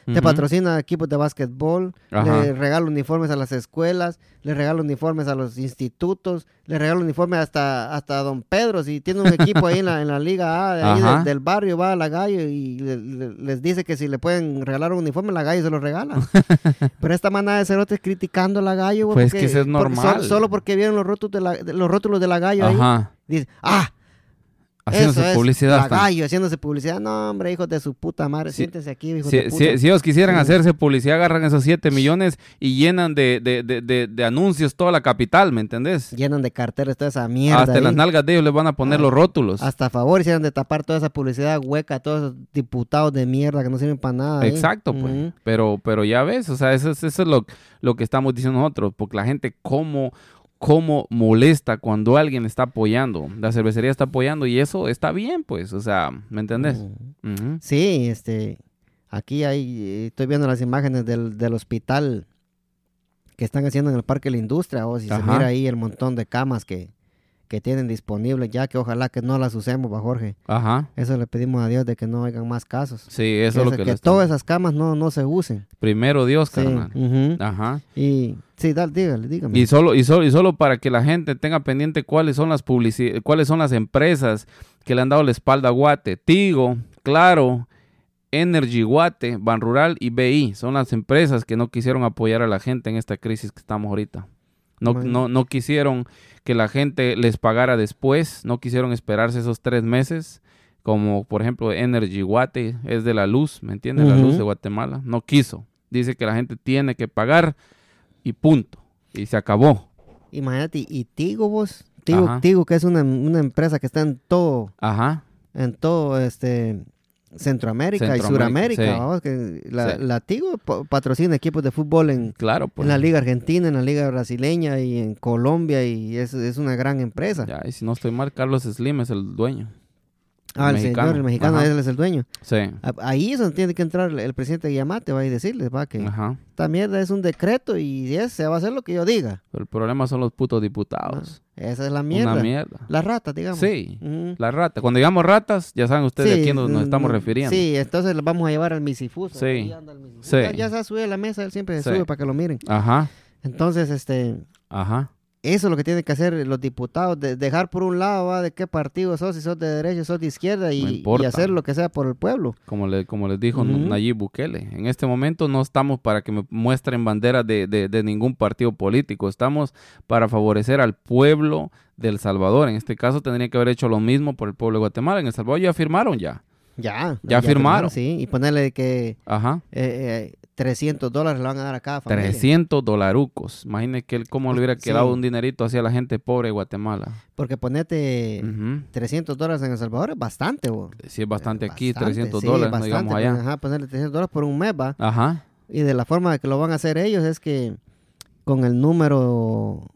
Speaker 1: te
Speaker 2: Ujú.
Speaker 1: patrocina equipos de básquetbol,
Speaker 2: Ajá.
Speaker 1: le regala uniformes a las escuelas, le regala uniformes a los institutos, le regala uniformes hasta, hasta a Don Pedro. Si tiene un equipo ahí en la, en la Liga A de ahí
Speaker 2: Ajá.
Speaker 1: del- del barrio, va a la Gallo y le- le- les dice que si le pueden regalar un uniforme, la Gallo se lo regala. Pero esta manada de cerotes criticando a la Gallo, güey,
Speaker 2: Pues
Speaker 1: porque-
Speaker 2: que eso es
Speaker 1: porque so-
Speaker 2: normal.
Speaker 1: solo porque vieron los rótulos de la, de- los rótulos de la Gallo ahí.
Speaker 2: Ajá.
Speaker 1: Dice, ah,
Speaker 2: Haciendo
Speaker 1: eso
Speaker 2: su
Speaker 1: es
Speaker 2: publicidad.
Speaker 1: La
Speaker 2: están.
Speaker 1: gallo haciéndose publicidad. No, hombre, hijos de su puta madre.
Speaker 2: Sí.
Speaker 1: Siéntense aquí, hijos de
Speaker 2: Si,
Speaker 1: puta.
Speaker 2: si- si ellos quisieran
Speaker 1: Sí.
Speaker 2: hacerse publicidad, agarran esos 7 millones y llenan de, de- de- de- de anuncios toda la capital, ¿me entendés?
Speaker 1: Llenan de carteras toda esa mierda.
Speaker 2: Ah, Hasta en
Speaker 1: ahí.
Speaker 2: las nalgas de ellos les van a poner
Speaker 1: Ah,
Speaker 2: los rótulos.
Speaker 1: Hasta a favor hicieron de tapar toda esa publicidad hueca, todos esos diputados de mierda que no sirven para nada. ¿eh?
Speaker 2: Exacto, pues.
Speaker 1: Ujú.
Speaker 2: pero, pero ya ves, o sea, eso, es- eso es lo, lo que estamos diciendo nosotros, porque la gente cómo, cómo molesta cuando alguien está apoyando, la cervecería está apoyando y eso está bien, pues, o sea, ¿me entendés?
Speaker 1: Ujú.
Speaker 2: Ujú.
Speaker 1: Sí, este, aquí hay, eh, estoy viendo las imágenes del, del hospital que están haciendo en el Parque de la Industria, o si se
Speaker 2: Ajá.
Speaker 1: mira ahí el montón de camas que, que tienen disponibles, ya que ojalá que no las usemos, va Jorge.
Speaker 2: Ajá.
Speaker 1: Eso le pedimos a Dios de que no hagan más casos.
Speaker 2: Sí, eso es lo
Speaker 1: se-
Speaker 2: que, les-
Speaker 1: todas esas camas no, no se usen.
Speaker 2: Primero Dios,
Speaker 1: Sí,
Speaker 2: carnal. Ah.
Speaker 1: ujú.
Speaker 2: Ajá.
Speaker 1: Y sí, dale, dígale, dígame.
Speaker 2: Y solo, y, solo, y solo para que la gente tenga pendiente cuáles son las publici- cuáles son las empresas que le han dado la espalda a Guate. Tigo, Claro, Energy Guate, Ban Rural y BI. Son las empresas que no quisieron apoyar a la gente en esta crisis que estamos ahorita. No,
Speaker 1: Bueno.
Speaker 2: no, no quisieron que la gente les pagara después, no quisieron esperarse esos tres meses, como por ejemplo Energy Guate es de la luz, ¿me entiendes? La luz
Speaker 1: Ujú.
Speaker 2: de Guatemala, no quiso. Dice que la gente tiene que pagar y punto. Y se acabó.
Speaker 1: Imagínate, y- y Tigo vos, Tigo,
Speaker 2: Ajá.
Speaker 1: Tigo que es una, una empresa que está en todo,
Speaker 2: Ajá.
Speaker 1: en todo este Centroamérica,
Speaker 2: Centroamérica,
Speaker 1: y Suramérica,
Speaker 2: sí.
Speaker 1: vamos, que la,
Speaker 2: Sí.
Speaker 1: la Tigo po- patrocina equipos de fútbol en,
Speaker 2: Claro, pues.
Speaker 1: en la Liga Argentina, en la Liga Brasileña y en Colombia y es, es una gran empresa.
Speaker 2: Ya, y si no estoy mal, Carlos Slim es el dueño.
Speaker 1: ah, el señor, el mexicano,
Speaker 2: Ajá.
Speaker 1: él es el dueño.
Speaker 2: Sí.
Speaker 1: A- Ahí es donde tiene que entrar el, el presidente Guillamate, va y decirles, va, que
Speaker 2: Ajá.
Speaker 1: esta mierda es un decreto y es- se va a hacer lo que yo diga.
Speaker 2: Pero el problema son los putos diputados.
Speaker 1: Esa es la Ah, mierda.
Speaker 2: Una mierda.
Speaker 1: Las ratas, digamos.
Speaker 2: Sí.
Speaker 1: Ujú.
Speaker 2: La rata. Cuando digamos ratas, ya saben ustedes
Speaker 1: Sí,
Speaker 2: a quién nos, nos
Speaker 1: mm,
Speaker 2: estamos
Speaker 1: mm,
Speaker 2: refiriendo.
Speaker 1: Sí, entonces lo vamos a llevar al misifuso.
Speaker 2: Sí,
Speaker 1: ahí anda el misifuso.
Speaker 2: sí.
Speaker 1: Ya- Ya se ha subido a la mesa, él siempre se
Speaker 2: Sí.
Speaker 1: sube para que lo miren.
Speaker 2: Ajá.
Speaker 1: Entonces, este,
Speaker 2: Ajá.
Speaker 1: eso es lo que tienen que hacer los diputados, de- dejar por un lado ¿va? de qué partido sos, si sos de derecha, sos de izquierda y,
Speaker 2: No
Speaker 1: y
Speaker 2: importa.
Speaker 1: hacer lo que sea por el pueblo.
Speaker 2: Como, le, como les dijo
Speaker 1: Ujú.
Speaker 2: Nayib Bukele, en este momento no estamos para que me muestren banderas de, de- de ningún partido político, estamos para favorecer al pueblo del Salvador. En este caso tendría que haber hecho lo mismo por el pueblo de Guatemala. En El Salvador ya firmaron ya.
Speaker 1: Ya.
Speaker 2: Ya firmaron.
Speaker 1: Sí, y ponerle que
Speaker 2: Ajá.
Speaker 1: eh, eh, 300 dólares le van a dar a cada familia.
Speaker 2: 300 dolarucos. Imagínate que él cómo le hubiera
Speaker 1: Sí.
Speaker 2: quedado un dinerito hacia la gente pobre de Guatemala.
Speaker 1: Porque ponete
Speaker 2: Ujú.
Speaker 1: 300 dólares en El Salvador es bastante, bo.
Speaker 2: Sí, es bastante aquí,
Speaker 1: Bastante,
Speaker 2: 300
Speaker 1: sí,
Speaker 2: dólares, no
Speaker 1: bastante,
Speaker 2: digamos
Speaker 1: pues,
Speaker 2: allá.
Speaker 1: Ajá, ponerle 300 dólares por un mes, va.
Speaker 2: Ajá.
Speaker 1: Y de la forma que lo van a hacer ellos es que con el número...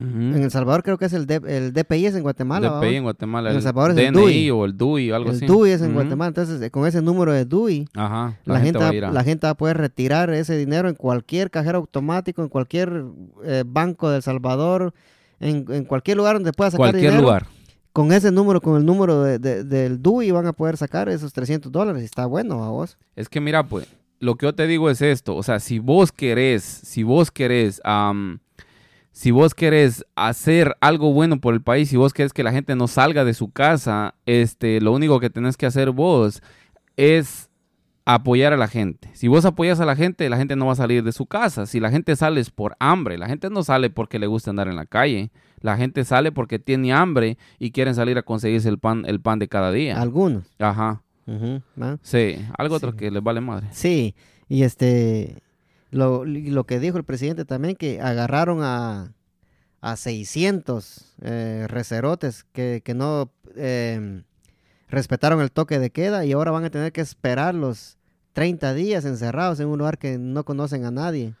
Speaker 2: Ujú.
Speaker 1: En El Salvador creo que es el, D- el DPI es en Guatemala. ¿va?
Speaker 2: DPI en Guatemala.
Speaker 1: En El Salvador es
Speaker 2: DNI
Speaker 1: el DUI.
Speaker 2: o el DUI o algo
Speaker 1: el
Speaker 2: así.
Speaker 1: DUI es en
Speaker 2: Ujú.
Speaker 1: Guatemala. Entonces, eh, con ese número de DUI,
Speaker 2: Ajá.
Speaker 1: la, gente
Speaker 2: va
Speaker 1: va,
Speaker 2: a ir a-
Speaker 1: la gente va a poder retirar ese dinero en cualquier cajero automático, en cualquier eh, banco de El Salvador, en, en cualquier lugar donde pueda sacar
Speaker 2: cualquier
Speaker 1: dinero.
Speaker 2: lugar.
Speaker 1: Con ese número, con el número de- de- del DUI, van a poder sacar esos 300 dólares. Y Está bueno, a vos.
Speaker 2: Es que mira, pues, lo que yo te digo es esto. O sea, si vos querés, si vos querés, am, si vos querés hacer algo bueno por el país, si vos querés que la gente no salga de su casa, este, lo único que tenés que hacer vos es apoyar a la gente. Si vos apoyas a la gente, la gente no va a salir de su casa. Si la gente sale es por hambre, la gente no sale porque le gusta andar en la calle. La gente sale porque tiene hambre y quieren salir a conseguirse el pan, el pan de cada día.
Speaker 1: Algunos.
Speaker 2: Ajá.
Speaker 1: Ujú, ¿va?
Speaker 2: Sí, algo
Speaker 1: Sí.
Speaker 2: otro que les vale madre.
Speaker 1: Sí, y este, Lo, lo que dijo el presidente también, que agarraron a, a 600 eh, recerotes que, que no eh, respetaron el toque de queda y ahora van a tener que esperar los 30 días encerrados en un lugar que no conocen a nadie.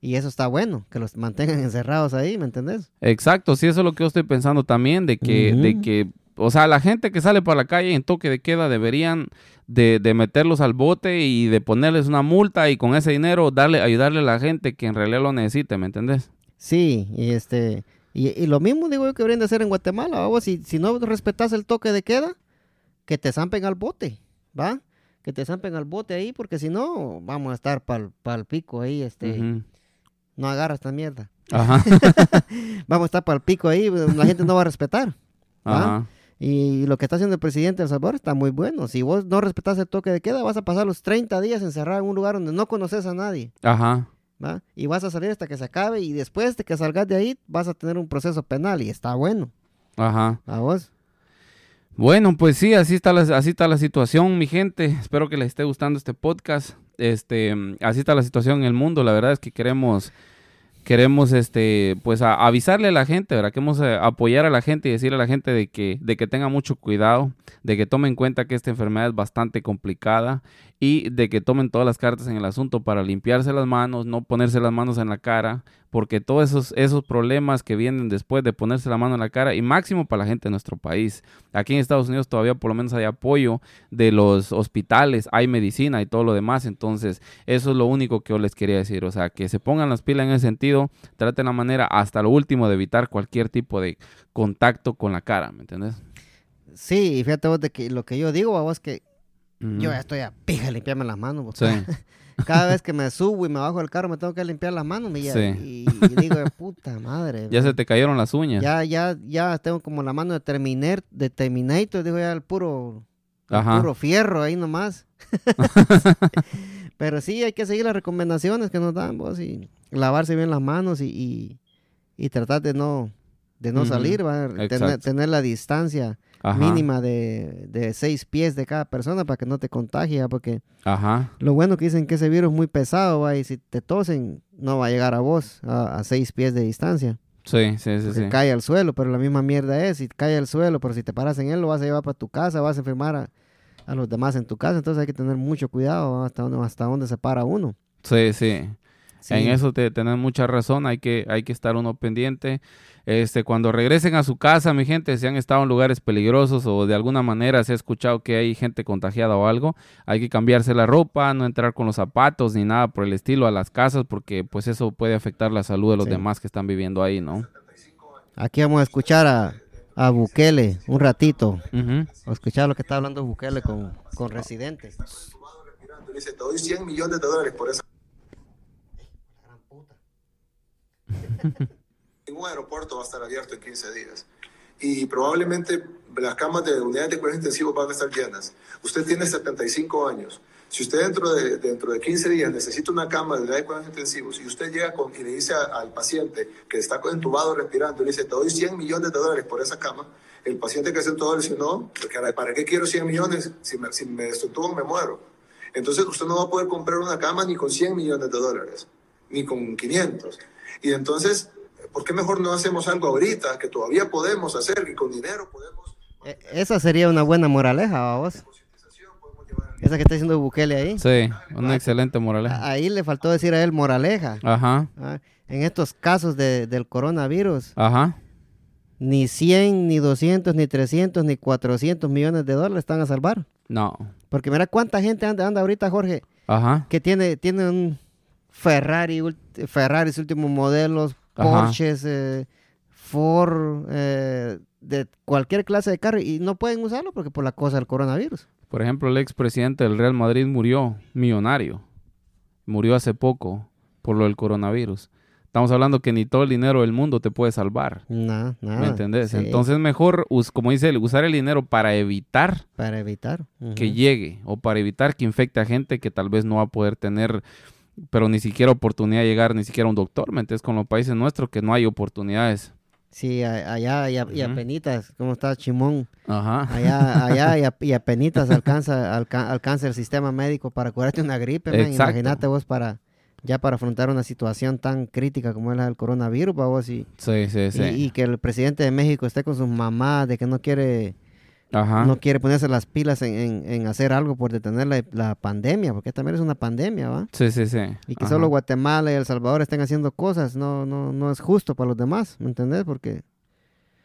Speaker 1: Y eso está bueno, que los mantengan encerrados ahí, ¿me entendés?
Speaker 2: Exacto, sí, eso es lo que yo estoy pensando también, de que,
Speaker 1: Ujú.
Speaker 2: de que, o sea, la gente que sale para la calle en toque de queda deberían de, de meterlos al bote y de ponerles una multa y con ese dinero darle, ayudarle a la gente que en realidad lo necesite, ¿me entendés?
Speaker 1: Sí, y este y, y lo mismo digo yo que deberían de hacer en Guatemala, ¿va? vos si, si no respetas el toque de queda, que te zampen al bote, ¿va? Que te zampen al bote ahí, porque si no, vamos a estar pal, pal pico ahí, este,
Speaker 2: Ujú.
Speaker 1: no agarras esta mierda.
Speaker 2: Ajá,
Speaker 1: Vamos a estar pal pico ahí, pues, la gente no va a respetar. ¿va?
Speaker 2: ajá.
Speaker 1: Y lo que está haciendo el presidente de El Salvador está muy bueno. Si vos no respetas el toque de queda, vas a pasar los 30 días encerrado en un lugar donde no conoces a nadie.
Speaker 2: Ajá.
Speaker 1: ¿va? Y vas a salir hasta que se acabe y después de que salgas de ahí vas a tener un proceso penal y está bueno.
Speaker 2: Ajá.
Speaker 1: ¿A vos?
Speaker 2: Bueno, pues sí, así está la, así está la situación, mi gente. Espero que les esté gustando este podcast. Este, mm, así está la situación en el mundo. La verdad es que queremos, queremos, este, pues a- avisarle a la gente, ¿verdad? Queremos eh, apoyar a la gente y decirle a la gente de que, de que tenga mucho cuidado, de que tomen en cuenta que esta enfermedad es bastante complicada y de que tomen todas las cartas en el asunto para limpiarse las manos, no ponerse las manos en la cara, porque todos esos, esos problemas que vienen después de ponerse la mano en la cara y máximo para la gente de nuestro país aquí en Estados Unidos todavía por lo menos hay apoyo de los hospitales, hay medicina y todo lo demás. Entonces, eso es lo único que yo les quería decir. O sea, que se pongan las pilas en ese sentido, traten la manera hasta lo último de evitar cualquier tipo de contacto con la cara, ¿me entiendes?
Speaker 1: Sí, y fíjate vos de que lo que yo digo a vos que
Speaker 2: Ujú.
Speaker 1: yo ya estoy a pija limpiarme las manos. vos.
Speaker 2: Sí,
Speaker 1: Cada vez que me subo y me bajo del carro me tengo que limpiar las manos mi ya-
Speaker 2: Sí.
Speaker 1: y, y digo, "Eh, puta madre.
Speaker 2: ya se te cayeron las uñas.
Speaker 1: ya, ya, ya tengo como la mano de Terminator, de Terminator, digo ya el puro El
Speaker 2: Ajá.
Speaker 1: Puro fierro ahí nomás. Pero sí, hay que seguir las recomendaciones que nos dan, vos, y lavarse bien las manos y, y- y tratar de no, de no
Speaker 2: Ujú,
Speaker 1: salir, ¿va? Tener,
Speaker 2: exacto.
Speaker 1: tener la distancia
Speaker 2: Ajá.
Speaker 1: mínima de, de seis pies de cada persona para que no te contagie, ¿va? porque
Speaker 2: Ajá.
Speaker 1: lo bueno que dicen que ese virus es muy pesado, ¿va? y si te tosen, no va a llegar a vos a, a seis pies de distancia.
Speaker 2: Sí, sí, sí,
Speaker 1: Porque
Speaker 2: sí.
Speaker 1: cae al suelo, pero la misma mierda es, si cae al suelo, pero si te paras en él, lo vas a llevar para tu casa, vas a enfermar a, a los demás en tu casa, entonces hay que tener mucho cuidado ¿no? hasta dónde, hasta dónde se para uno.
Speaker 2: Sí, sí.
Speaker 1: Sí.
Speaker 2: En eso te tenés mucha razón, hay que, hay que estar uno pendiente. Este, cuando regresen a su casa, mi gente, si han estado en lugares peligrosos o de alguna manera se ha escuchado que hay gente contagiada o algo, hay que cambiarse la ropa, no entrar con los zapatos ni nada por el estilo a las casas, porque pues eso puede afectar la salud de los
Speaker 1: Sí.
Speaker 2: demás que están viviendo ahí, ¿no?
Speaker 1: Aquí vamos a escuchar a, a Bukele un ratito,
Speaker 2: Ujú.
Speaker 1: a escuchar lo que está hablando Bukele con, con Residente.
Speaker 4: Mirando, dice, te doy 100 millones de dólares por esa... Ningún aeropuerto va a estar abierto en 15 días. Y probablemente las camas de unidades de cuidados intensivos van a estar llenas. Usted tiene 75 años. Si usted dentro de, dentro de 15 días necesita una cama de unidades de cuidados intensivos y usted llega con, y le dice a- al paciente que está entubado respirando, le dice, te doy 100 millones de dólares por esa cama, el paciente que se entubó le dice, no, porque ahora, ¿para qué quiero 100 millones? Si me, si me desentubo, me muero. Entonces usted no va a poder comprar una cama ni con 100 millones de dólares, ni con 500. Y entonces, ¿por qué mejor no hacemos algo ahorita que todavía podemos hacer, que con dinero podemos,
Speaker 1: E- esa sería una buena moraleja, ¿va vos. Esa que está diciendo Bukele ahí.
Speaker 2: Sí, una excelente moraleja.
Speaker 1: A- Ahí le faltó decir a él moraleja.
Speaker 2: Ajá,
Speaker 1: ¿ah? En estos casos de- del coronavirus,
Speaker 2: ajá.
Speaker 1: ni 100, ni 200, ni 300, ni 400 millones de dólares están a salvar.
Speaker 2: No.
Speaker 1: Porque mira cuánta gente anda, anda ahorita, Jorge,
Speaker 2: Ajá.
Speaker 1: que tiene, tiene un Ferrari, ult- Ferraris últimos modelos,
Speaker 2: Ajá.
Speaker 1: Porsches, eh, Ford, eh, de cualquier clase de carro y no pueden usarlo porque por la cosa del coronavirus.
Speaker 2: Por ejemplo, el expresidente del Real Madrid murió millonario. Murió hace poco por lo del coronavirus. Estamos hablando que ni todo el dinero del mundo te puede salvar.
Speaker 1: No, nada.
Speaker 2: ¿Me entendés?
Speaker 1: Ah, Sí,
Speaker 2: Entonces mejor, us- como dice él, usar el dinero para evitar
Speaker 1: Para evitar. ujú.
Speaker 2: que llegue o para evitar que infecte a gente que tal vez no va a poder tener, pero ni siquiera oportunidad de llegar, ni siquiera a un doctor. ¿Me entiendes? Con los países nuestros que no hay oportunidades.
Speaker 1: Sí, a- allá y a, y
Speaker 2: Ujú.
Speaker 1: apenitas, ¿cómo está Chimón?
Speaker 2: Ajá.
Speaker 1: Allá, allá y, a, y apenitas alcanza, alca- alcanza el sistema médico para curarte una gripe, man.
Speaker 2: Exacto.
Speaker 1: imagínate vos para, ya para afrontar una situación tan crítica como es la del coronavirus, pa' vos, y,
Speaker 2: Sí, sí, sí.
Speaker 1: y- y que el presidente de México esté con sus mamás de que no quiere
Speaker 2: Ajá.
Speaker 1: no quiere ponerse las pilas en, en- en hacer algo por detener la, la pandemia, porque también es una pandemia, ¿va?
Speaker 2: Sí, sí, sí.
Speaker 1: Y que
Speaker 2: Ajá.
Speaker 1: solo Guatemala y El Salvador estén haciendo cosas, no, no, no es justo para los demás, ¿me entendés? Porque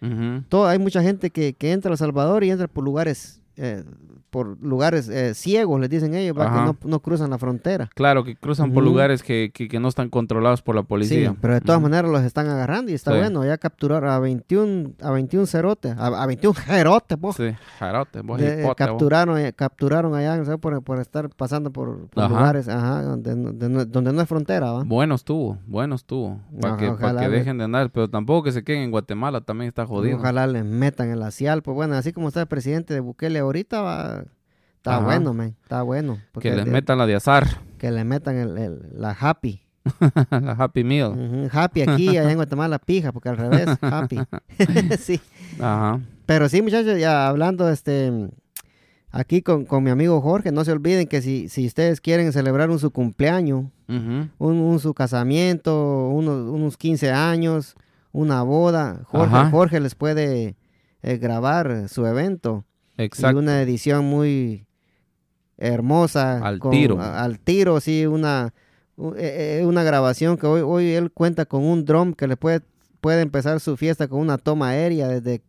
Speaker 2: Ujú.
Speaker 1: todo, hay mucha gente que, que entra a El Salvador y entra por lugares, eh, por lugares eh, ciegos, les dicen ellos, ¿va?
Speaker 2: Ajá.
Speaker 1: que no, no cruzan la frontera.
Speaker 2: Claro, que cruzan por
Speaker 1: Ujú.
Speaker 2: lugares que, que, que no están controlados por la
Speaker 1: Sí,
Speaker 2: policía.
Speaker 1: pero de todas
Speaker 2: Ujú.
Speaker 1: maneras los están agarrando y está
Speaker 2: Sí.
Speaker 1: bueno, ya capturaron a 21, a 21 cerotes, a, a 21 jerotes, po.
Speaker 2: Sí, jarote, vos
Speaker 1: De-
Speaker 2: hipote, vos.
Speaker 1: capturaron, eh, capturaron allá ¿sabes? Por, por estar pasando por, por
Speaker 2: Ajá.
Speaker 1: lugares ajá, donde, no- de no- donde no es frontera, ¿va?
Speaker 2: Bueno estuvo, bueno estuvo. Para
Speaker 1: Ajá,
Speaker 2: que, pa'
Speaker 1: ojalá
Speaker 2: que
Speaker 1: le-
Speaker 2: dejen de andar, pero tampoco que se queden en Guatemala, también está jodido.
Speaker 1: Ojalá les metan el asial. Pues bueno, así como está el presidente de Bukele ahorita, va- está
Speaker 2: Ajá.
Speaker 1: bueno, men, está bueno.
Speaker 2: que
Speaker 1: porque
Speaker 2: les
Speaker 1: de-
Speaker 2: metan la de azar,
Speaker 1: que le metan el, el- la happy.
Speaker 2: la Happy Meal.
Speaker 1: Ujú, Happy aquí, allá en Guatemala, pija, porque al revés, happy. sí.
Speaker 2: Ajá.
Speaker 1: Pero sí, muchachos, ya hablando este aquí con, con mi amigo Jorge, no se olviden que si, si ustedes quieren celebrar un su cumpleaños,
Speaker 2: Ujú.
Speaker 1: un, un su casamiento, unos, unos 15 años, una boda, Jorge,
Speaker 2: Ajá.
Speaker 1: Jorge les puede eh, grabar su evento. Y
Speaker 2: Exacto.
Speaker 1: una edición muy hermosa.
Speaker 2: Al tiro.
Speaker 1: a- Al tiro, sí, una, u- eh, eh, una grabación que hoy, hoy él cuenta con un drum que le puede, puede empezar su fiesta con una toma aérea desde,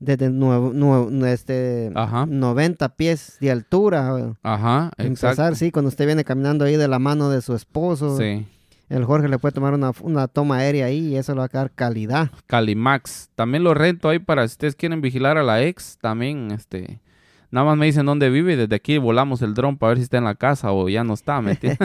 Speaker 1: desde nuevo- nuevo- este,
Speaker 2: Ajá.
Speaker 1: 90 pies de altura. eh,
Speaker 2: Ajá, exacto.
Speaker 1: Empezar, sí, cuando usted viene caminando ahí de la mano de su esposo,
Speaker 2: Sí.
Speaker 1: el Jorge le puede tomar una, una toma aérea ahí y eso le va a dar calidad.
Speaker 2: Calimax. También lo rento ahí para si ustedes quieren vigilar a la ex, también este. Nada más me dicen dónde vive y desde aquí volamos el dron para ver si está en la casa o ya no está, ¿me entiendes?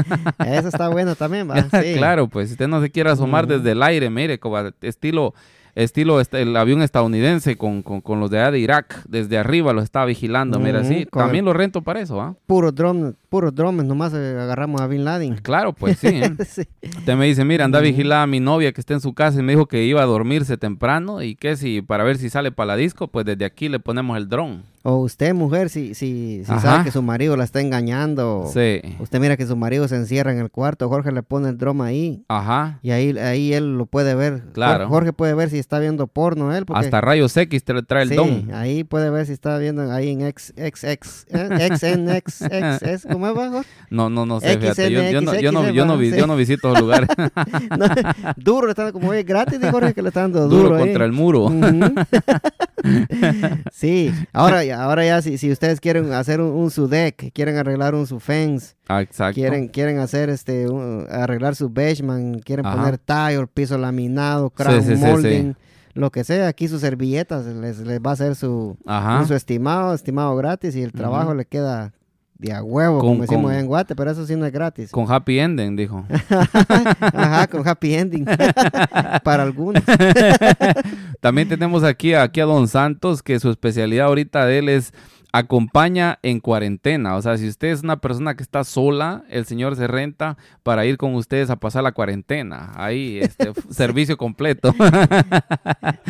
Speaker 1: Eso está bueno también, ¿va? Sí.
Speaker 2: claro, pues si usted no se quiere asomar
Speaker 1: Ujú.
Speaker 2: desde el aire, mire, como al estilo, estilo este, el avión estadounidense con, con- con los de allá de Irak, desde arriba lo está vigilando, mira,
Speaker 1: Ujú,
Speaker 2: sí,
Speaker 1: con el-
Speaker 2: también lo rento para eso, ¿ah?
Speaker 1: Puro dron, puros drones, nomás eh, agarramos a Bin Laden.
Speaker 2: Claro, pues sí. ¿eh?
Speaker 1: Sí.
Speaker 2: Usted me dice, mira, anda
Speaker 1: Ujú.
Speaker 2: vigilada a mi novia que está en su casa y me dijo que iba a dormirse temprano y que si, para ver si sale para la disco, pues desde aquí le ponemos el dron.
Speaker 1: O usted, mujer, si, si, si
Speaker 2: Ajá.
Speaker 1: sabe que su marido la está engañando,
Speaker 2: Sí.
Speaker 1: usted mira que su marido se encierra en el cuarto, Jorge le pone el dron ahí
Speaker 2: Ajá.
Speaker 1: y ahí, ahí él lo puede ver. Jor-
Speaker 2: Claro.
Speaker 1: Jorge puede ver si está viendo porno él. Porque,
Speaker 2: Hasta rayos X te le trae el
Speaker 1: Sí,
Speaker 2: don.
Speaker 1: ahí puede ver si está viendo ahí en X, X, X, eh, XNX, X, es- ¿cómo es, va, Jorge?
Speaker 2: No, no, no sé, fíjate. Yo, yo no, yo no,
Speaker 1: XNXX,
Speaker 2: yo no, vi-
Speaker 1: sí.
Speaker 2: yo no visito los lugares.
Speaker 1: No, duro, le está como es gratis, dijo Jorge que le está dando duro. eh.
Speaker 2: Duro contra el muro.
Speaker 1: Ujú. sí, ahora, ya- ahora ya si, si ustedes quieren hacer un, un su deck, quieren arreglar un su fence,
Speaker 2: Ah, Exacto.
Speaker 1: quieren, quieren hacer este un- arreglar su basement, quieren
Speaker 2: Ajá.
Speaker 1: poner tile, piso laminado, crown
Speaker 2: sí, sí, sí.
Speaker 1: molding, lo que sea, aquí sus servilletas les, les va a hacer su,
Speaker 2: Ajá.
Speaker 1: su estimado, estimado gratis y el trabajo
Speaker 2: Ah. Ujú.
Speaker 1: le queda de a huevo,
Speaker 2: Con-
Speaker 1: como decimos
Speaker 2: con-
Speaker 1: en Guate, pero eso sí no es gratis.
Speaker 2: Con happy ending, dijo.
Speaker 1: Ajá, con happy ending. Para algunos.
Speaker 2: También tenemos aquí, aquí a Don Santos, que su especialidad ahorita de él es acompaña en cuarentena. O sea, si usted es una persona que está sola, el señor se renta para ir con ustedes a pasar la cuarentena. Ahí, este, servicio completo.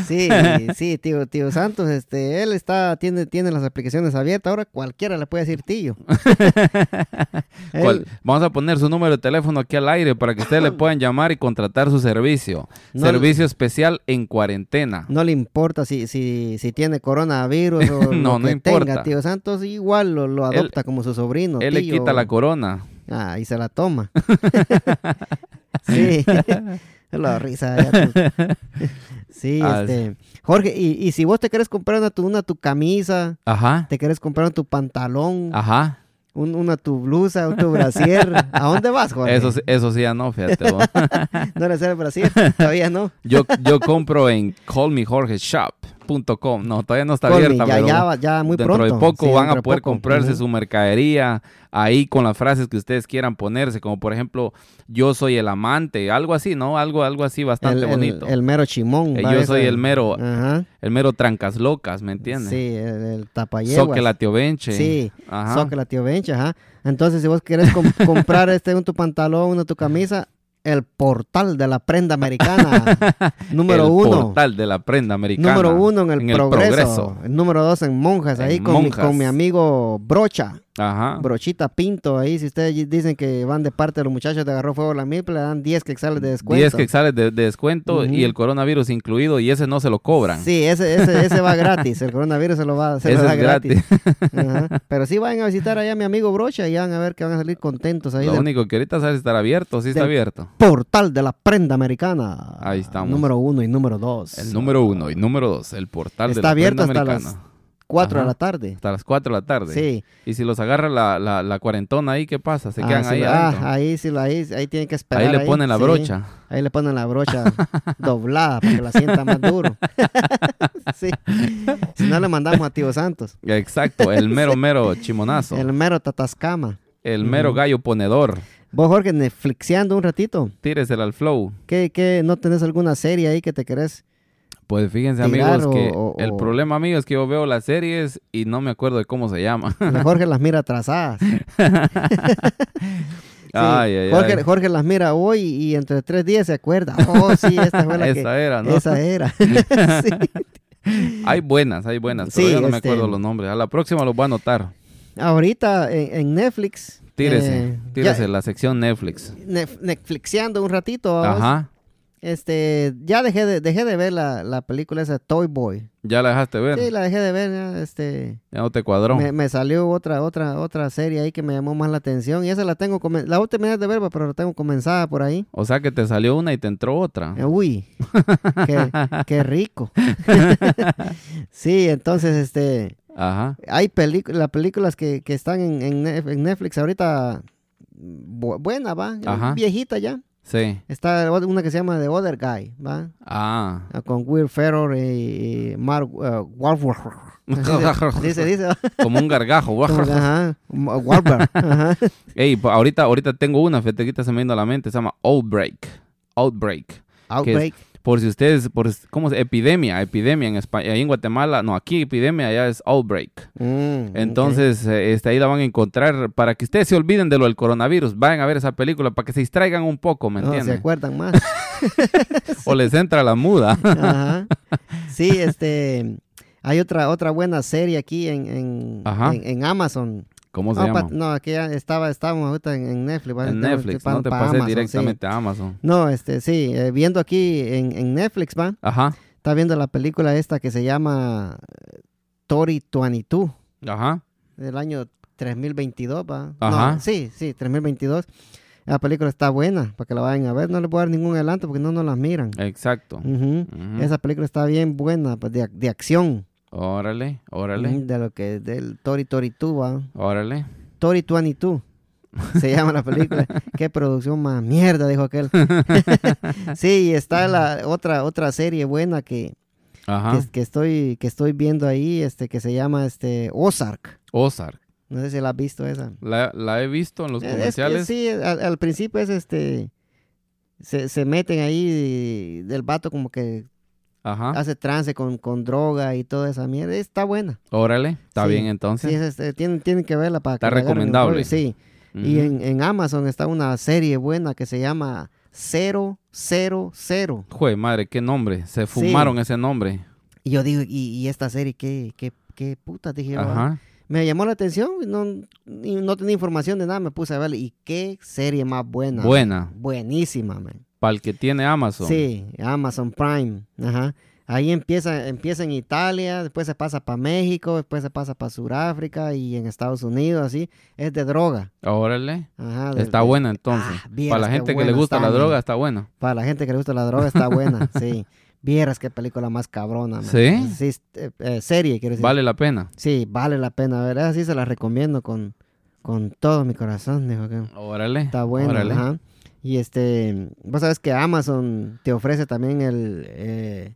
Speaker 1: Sí, sí, tío, tío Santos, este, él está, tiene, tiene las aplicaciones abiertas, ahora cualquiera le puede decir tío. Él-
Speaker 2: ¿Cuál? Vamos a poner su número de teléfono aquí al aire para que ustedes le puedan llamar y contratar su servicio.
Speaker 1: No-
Speaker 2: servicio especial en cuarentena.
Speaker 1: no le importa si, si, si tiene coronavirus o lo
Speaker 2: No, no
Speaker 1: que
Speaker 2: importa.
Speaker 1: tenga, tío Santos igual lo, lo
Speaker 2: Él-
Speaker 1: adopta como su sobrino.
Speaker 2: Él le
Speaker 1: tío.
Speaker 2: quita la corona.
Speaker 1: Ah, y se la toma. sí. la risa. ya tú. Sí,
Speaker 2: Ah,
Speaker 1: este. Jorge, y, y si vos te querés comprar una tu, una tu camisa,
Speaker 2: Ajá.
Speaker 1: te querés comprar tu pantalón,
Speaker 2: Ajá.
Speaker 1: un- una tu blusa, un tu brasier, ¿a dónde vas, Jorge?
Speaker 2: Eso, sí- eso sí ya no, fíjate. vos.
Speaker 1: No le sale el brasier, todavía no.
Speaker 2: Yo, yo compro en callmejorgeshop.com. No, todavía no está
Speaker 1: Colby,
Speaker 2: abierta,
Speaker 1: ya,
Speaker 2: pero
Speaker 1: ya, va- ya muy
Speaker 2: dentro
Speaker 1: pronto.
Speaker 2: de poco
Speaker 1: Sí,
Speaker 2: van
Speaker 1: dentro
Speaker 2: a
Speaker 1: de
Speaker 2: poder
Speaker 1: poco.
Speaker 2: comprarse
Speaker 1: Ujú.
Speaker 2: su mercadería ahí con las frases que ustedes quieran ponerse, como por ejemplo, yo soy el amante, algo así, ¿no? Algo, algo así bastante
Speaker 1: el, el-
Speaker 2: bonito.
Speaker 1: el mero chimón.
Speaker 2: Eh,
Speaker 1: va,
Speaker 2: yo
Speaker 1: esa-
Speaker 2: soy el mero,
Speaker 1: Ajá.
Speaker 2: el mero trancas locas, ¿me entiendes?
Speaker 1: Sí, el, el tapayeguas.
Speaker 2: Soque la tío Benche.
Speaker 1: Sí,
Speaker 2: Ajá.
Speaker 1: Soque la tío Bencha, ajá. Entonces, si vos querés com- comprar este un tu pantalón, una tu camisa, el portal de la prenda americana, número
Speaker 2: el
Speaker 1: uno.
Speaker 2: portal de la prenda americana.
Speaker 1: Número uno en el, progreso. El número dos en monjas,
Speaker 2: En
Speaker 1: ahí con, mi-
Speaker 2: Monjas. Ah.
Speaker 1: con mi amigo Brocha.
Speaker 2: Ajá.
Speaker 1: Brochita Pinto ahí, si ustedes dicen que van de parte de los muchachos de Agarró Fuego la Milpa, le dan 10 quexales de descuento.
Speaker 2: 10 quexales de, de descuento
Speaker 1: Ujú.
Speaker 2: y el coronavirus incluido y ese no se lo cobran.
Speaker 1: Sí, ese, ese, ese va gratis, el coronavirus se lo va se lo
Speaker 2: Ese
Speaker 1: da
Speaker 2: es
Speaker 1: gratis. Ajá. Pero sí vayan a visitar allá a mi amigo Brocha y van a ver que van a salir contentos ahí
Speaker 2: Lo
Speaker 1: del
Speaker 2: único que ahorita sabes estar abierto, sí está
Speaker 1: del-
Speaker 2: abierto.
Speaker 1: portal de la prenda americana.
Speaker 2: Ahí estamos.
Speaker 1: Número uno y número dos.
Speaker 2: El número uno y número dos, el portal de
Speaker 1: Está
Speaker 2: la
Speaker 1: abierto
Speaker 2: prenda
Speaker 1: hasta las-
Speaker 2: americana.
Speaker 1: Cuatro
Speaker 2: Ajá.
Speaker 1: de la tarde.
Speaker 2: Hasta las 4 de la tarde.
Speaker 1: Sí.
Speaker 2: Y si los agarra la, la, la cuarentona ahí, ¿qué pasa? Se
Speaker 1: Ah,
Speaker 2: quedan
Speaker 1: sí,
Speaker 2: ahí.
Speaker 1: lo- ah,
Speaker 2: adentro.
Speaker 1: ahí sí, lo- ahí, ahí tienen que esperar.
Speaker 2: ahí le ponen la
Speaker 1: sí.
Speaker 2: brocha.
Speaker 1: Ahí le ponen la brocha doblada para que la sienta más duro. sí. Si no le mandamos a Tío Santos.
Speaker 2: Exacto, el mero, mero chimonazo.
Speaker 1: El
Speaker 2: El,
Speaker 1: mero tatascama.
Speaker 2: mero
Speaker 1: Ujú.
Speaker 2: gallo ponedor.
Speaker 1: Vos, Jorge, Netflixeando un ratito.
Speaker 2: Tíresela al flow.
Speaker 1: ¿Qué, qué, no tenés alguna serie ahí que te querés?
Speaker 2: Pues fíjense,
Speaker 1: Tirar
Speaker 2: amigos, que
Speaker 1: o- o-
Speaker 2: el
Speaker 1: o-
Speaker 2: problema mío es que yo veo las series y no me acuerdo de cómo se llama.
Speaker 1: La Jorge las mira atrasadas. Sí,
Speaker 2: Ay, ay,
Speaker 1: Jorge,
Speaker 2: ay.
Speaker 1: Jorge las mira hoy y entre tres días se acuerda. Oh, sí, esta fue la que-
Speaker 2: Esa era, ¿no?
Speaker 1: Esa era. Sí.
Speaker 2: Hay buenas, hay buenas, pero
Speaker 1: Sí,
Speaker 2: yo no me
Speaker 1: este-
Speaker 2: acuerdo los nombres. A la próxima los voy a anotar.
Speaker 1: Ahorita en, en Netflix.
Speaker 2: Tírese,
Speaker 1: eh,
Speaker 2: tírese
Speaker 1: ya-
Speaker 2: la sección Netflix.
Speaker 1: Nef- Netflixeando un ratito. vamos.
Speaker 2: Ajá,
Speaker 1: Este, ya dejé de, dejé de ver la, la película esa Toy Boy.
Speaker 2: ya la dejaste ver.
Speaker 1: Sí, la dejé de ver, ya, este,
Speaker 2: Ya no te cuadró.
Speaker 1: me, me salió otra, otra, otra serie ahí que me llamó más la atención y esa la tengo, comen- la voy a terminar de ver, pero la tengo comenzada por ahí.
Speaker 2: O sea que te salió una y te entró otra.
Speaker 1: Eh, Uy, qué, qué rico. sí, entonces, este,
Speaker 2: Ajá.
Speaker 1: hay películas, las películas que, que están en, en Nef- en Netflix ahorita, mm, bu- buena, va, eh,
Speaker 2: Ajá.
Speaker 1: viejita ya.
Speaker 2: Sí.
Speaker 1: Está o- una que se llama The Other Guy, va.
Speaker 2: Ah.
Speaker 1: Ah, con Will Ferrell y y Mark uh, Wahlberg. Así se dice, ¿va?
Speaker 2: Como un gargajo.
Speaker 1: Como que, ajá, Ma- Wahlberg, ajá.
Speaker 2: Ey, pa- ahorita, ahorita tengo una, fíjate, ahorita se me vino a la mente. Se llama Outbreak. Outbreak.
Speaker 1: Outbreak.
Speaker 2: Por si ustedes, por, ¿cómo se Epidemia, epidemia en España. Ahí en Guatemala, no, aquí epidemia, allá es Outbreak.
Speaker 1: Mm, ok.
Speaker 2: Entonces, eh, este, ahí la van a encontrar para que ustedes se olviden de lo del coronavirus. Vayan a ver esa película para que se distraigan un poco, ¿me
Speaker 1: No, Oh, se
Speaker 2: entiendes?
Speaker 1: acuerdan más.
Speaker 2: o les entra la muda.
Speaker 1: Ajá. Sí, este hay otra otra buena serie aquí en, en,
Speaker 2: Ajá.
Speaker 1: en- en Amazon.
Speaker 2: ¿Cómo se
Speaker 1: No,
Speaker 2: llama?
Speaker 1: pa- no, aquí ya estaba estábamos ahorita en, en Netflix, va,
Speaker 2: en
Speaker 1: estamos
Speaker 2: Netflix,
Speaker 1: pa-
Speaker 2: no te
Speaker 1: pa
Speaker 2: pases
Speaker 1: Amazon, sí.
Speaker 2: directamente a Amazon.
Speaker 1: No, este sí, eh, viendo aquí en, en Netflix, va.
Speaker 2: Ajá,
Speaker 1: Está viendo la película esta que se llama eh, Tori 22.
Speaker 2: ajá.
Speaker 1: del año 3022, ¿va?
Speaker 2: Ajá.
Speaker 1: No, sí, sí, 3022. La película está buena, para que la vayan a ver. No les voy a dar ningún adelanto porque no nos las miran.
Speaker 2: Exacto.
Speaker 1: Ujú.
Speaker 2: Ujú.
Speaker 1: Mm, Esa película está bien buena, pues, de, ac- de acción.
Speaker 2: Órale, órale,
Speaker 1: Ujú, De lo que del Tori Tori Tu, ¿va?
Speaker 2: órale.
Speaker 1: Tori Tuani Tu. Se llama la película. Qué producción más mierda, dijo aquel. sí, y está la otra otra serie buena que,
Speaker 2: Ajá.
Speaker 1: que, que estoy que estoy viendo ahí, este que se llama este Ozark.
Speaker 2: Ozark.
Speaker 1: No sé si la has visto esa.
Speaker 2: La, la he visto en los
Speaker 1: Eh, es que
Speaker 2: comerciales.
Speaker 1: sí, al, al principio es este. Se, se meten ahí del vato como que
Speaker 2: Ajá.
Speaker 1: hace trance con, con droga y toda esa mierda. Está buena.
Speaker 2: Órale. Está
Speaker 1: Sí,
Speaker 2: bien
Speaker 1: Sí,
Speaker 2: entonces.
Speaker 1: es, este, tienen, tienen que verla para
Speaker 2: Está
Speaker 1: que la agarren mejor.
Speaker 2: recomendable.
Speaker 1: Sí.
Speaker 2: Ujú.
Speaker 1: Y en, en Amazon está una serie buena que se llama 000.
Speaker 2: Jue, madre, qué nombre. Se
Speaker 1: Sí.
Speaker 2: fumaron ese nombre.
Speaker 1: Y yo digo, ¿y, y esta serie qué, qué, qué puta? Dije, yo,
Speaker 2: Ajá.
Speaker 1: me llamó la atención. No, y no tenía información de nada. Me puse a verla. ¿Y qué serie más buena?
Speaker 2: Buena.
Speaker 1: Buenísima, man.
Speaker 2: Para el que tiene Amazon.
Speaker 1: Sí, Amazon Prime. Ajá. Ahí empieza, empieza en Italia, después se pasa para México, después se pasa para Sudáfrica y en Estados Unidos, así. Es de droga.
Speaker 2: Órale.
Speaker 1: Ajá, de-
Speaker 2: Está
Speaker 1: de-
Speaker 2: buena entonces.
Speaker 1: Ah, vieras
Speaker 2: Para la
Speaker 1: qué
Speaker 2: gente que le
Speaker 1: buena
Speaker 2: gusta
Speaker 1: está,
Speaker 2: la
Speaker 1: man.
Speaker 2: droga, está buena.
Speaker 1: Para la gente que le gusta la droga, está buena, sí. Vieras qué película más cabrona. man.
Speaker 2: ¿Sí?
Speaker 1: Sí, es- eh, eh, serie, quiero decir.
Speaker 2: Vale la pena.
Speaker 1: Sí, vale la pena. ver, así se la recomiendo con, con todo mi corazón, dijo que-
Speaker 2: Órale.
Speaker 1: Está bueno,
Speaker 2: Órale.
Speaker 1: ajá. Y este, vos sabes que Amazon te ofrece también el, eh,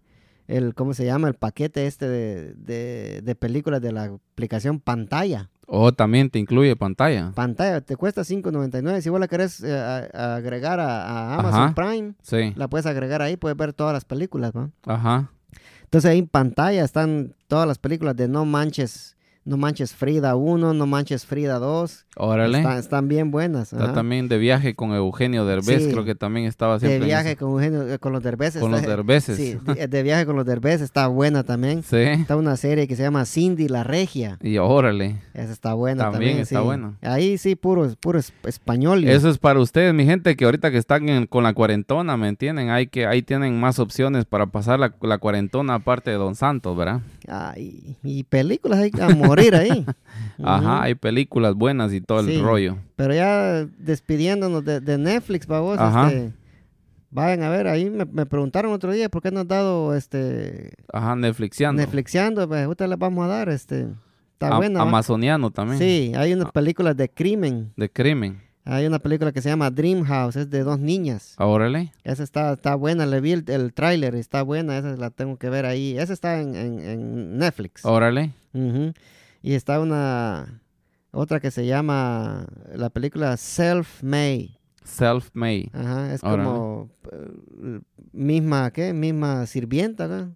Speaker 1: el ¿cómo se llama? El paquete este de, de- de películas de la aplicación Pantalla.
Speaker 2: O Oh, también te incluye pantalla.
Speaker 1: Pantalla, te cuesta $5.99. Si vos la querés eh, a- a agregar a, a Amazon
Speaker 2: Ajá.
Speaker 1: Prime,
Speaker 2: Sí.
Speaker 1: la puedes agregar ahí, puedes ver todas las películas, ¿va?
Speaker 2: Ajá.
Speaker 1: Entonces ahí en pantalla están todas las películas de No Manches, No Manches Frida 1, No Manches Frida 2.
Speaker 2: Órale.
Speaker 1: Están, están bien buenas.
Speaker 2: Está
Speaker 1: ajá.
Speaker 2: también de viaje con Eugenio Derbez,
Speaker 1: Sí.
Speaker 2: creo que también estaba
Speaker 1: de
Speaker 2: siempre. en
Speaker 1: viaje
Speaker 2: ese-
Speaker 1: con, Eugenio- eh, con los derbeces.
Speaker 2: con los derbeces.
Speaker 1: Sí, eh, de, de viaje con los derbeces está buena también.
Speaker 2: Sí.
Speaker 1: Está una serie que se llama Cindy la Regia.
Speaker 2: Y órale.
Speaker 1: Esa está buena
Speaker 2: También
Speaker 1: también.
Speaker 2: está
Speaker 1: sí.
Speaker 2: buena.
Speaker 1: Ahí sí, puro, puro es- español. y-
Speaker 2: Eso es para ustedes, mi gente, que ahorita que están en- con la cuarentona, ¿me entienden? Hay que, ahí tienen más opciones para pasar la, la cuarentona aparte de Don Santos, ¿verdad?
Speaker 1: Ay, y películas hay que a morir ahí.
Speaker 2: Ajá,
Speaker 1: Ujú.
Speaker 2: hay películas buenas y todo
Speaker 1: Sí.
Speaker 2: el rollo.
Speaker 1: Pero ya despidiéndonos de, de Netflix, babos,
Speaker 2: Ajá.
Speaker 1: este, vayan a ver, ahí me, me preguntaron otro día por qué no han dado este
Speaker 2: Ajá, Netflixiano.
Speaker 1: Netflixiando, pues ahorita les vamos a dar, este, está
Speaker 2: A-
Speaker 1: buena. ¿va?
Speaker 2: Amazoniano también. Ah.
Speaker 1: Sí, hay unas películas de crimen,
Speaker 2: De crimen.
Speaker 1: hay una película que se llama Dream House, es de dos niñas,
Speaker 2: Órale.
Speaker 1: esa está, está buena, le vi el, el tráiler, está buena, esa la tengo que ver ahí, esa está en, en- en Netflix.
Speaker 2: Órale.
Speaker 1: Ujú. Y está una, otra que se llama, la película Self-Made.
Speaker 2: Self-made.
Speaker 1: Ajá, es
Speaker 2: Órale.
Speaker 1: como eh, misma, ¿qué? Misma sirvienta, ¿verdad?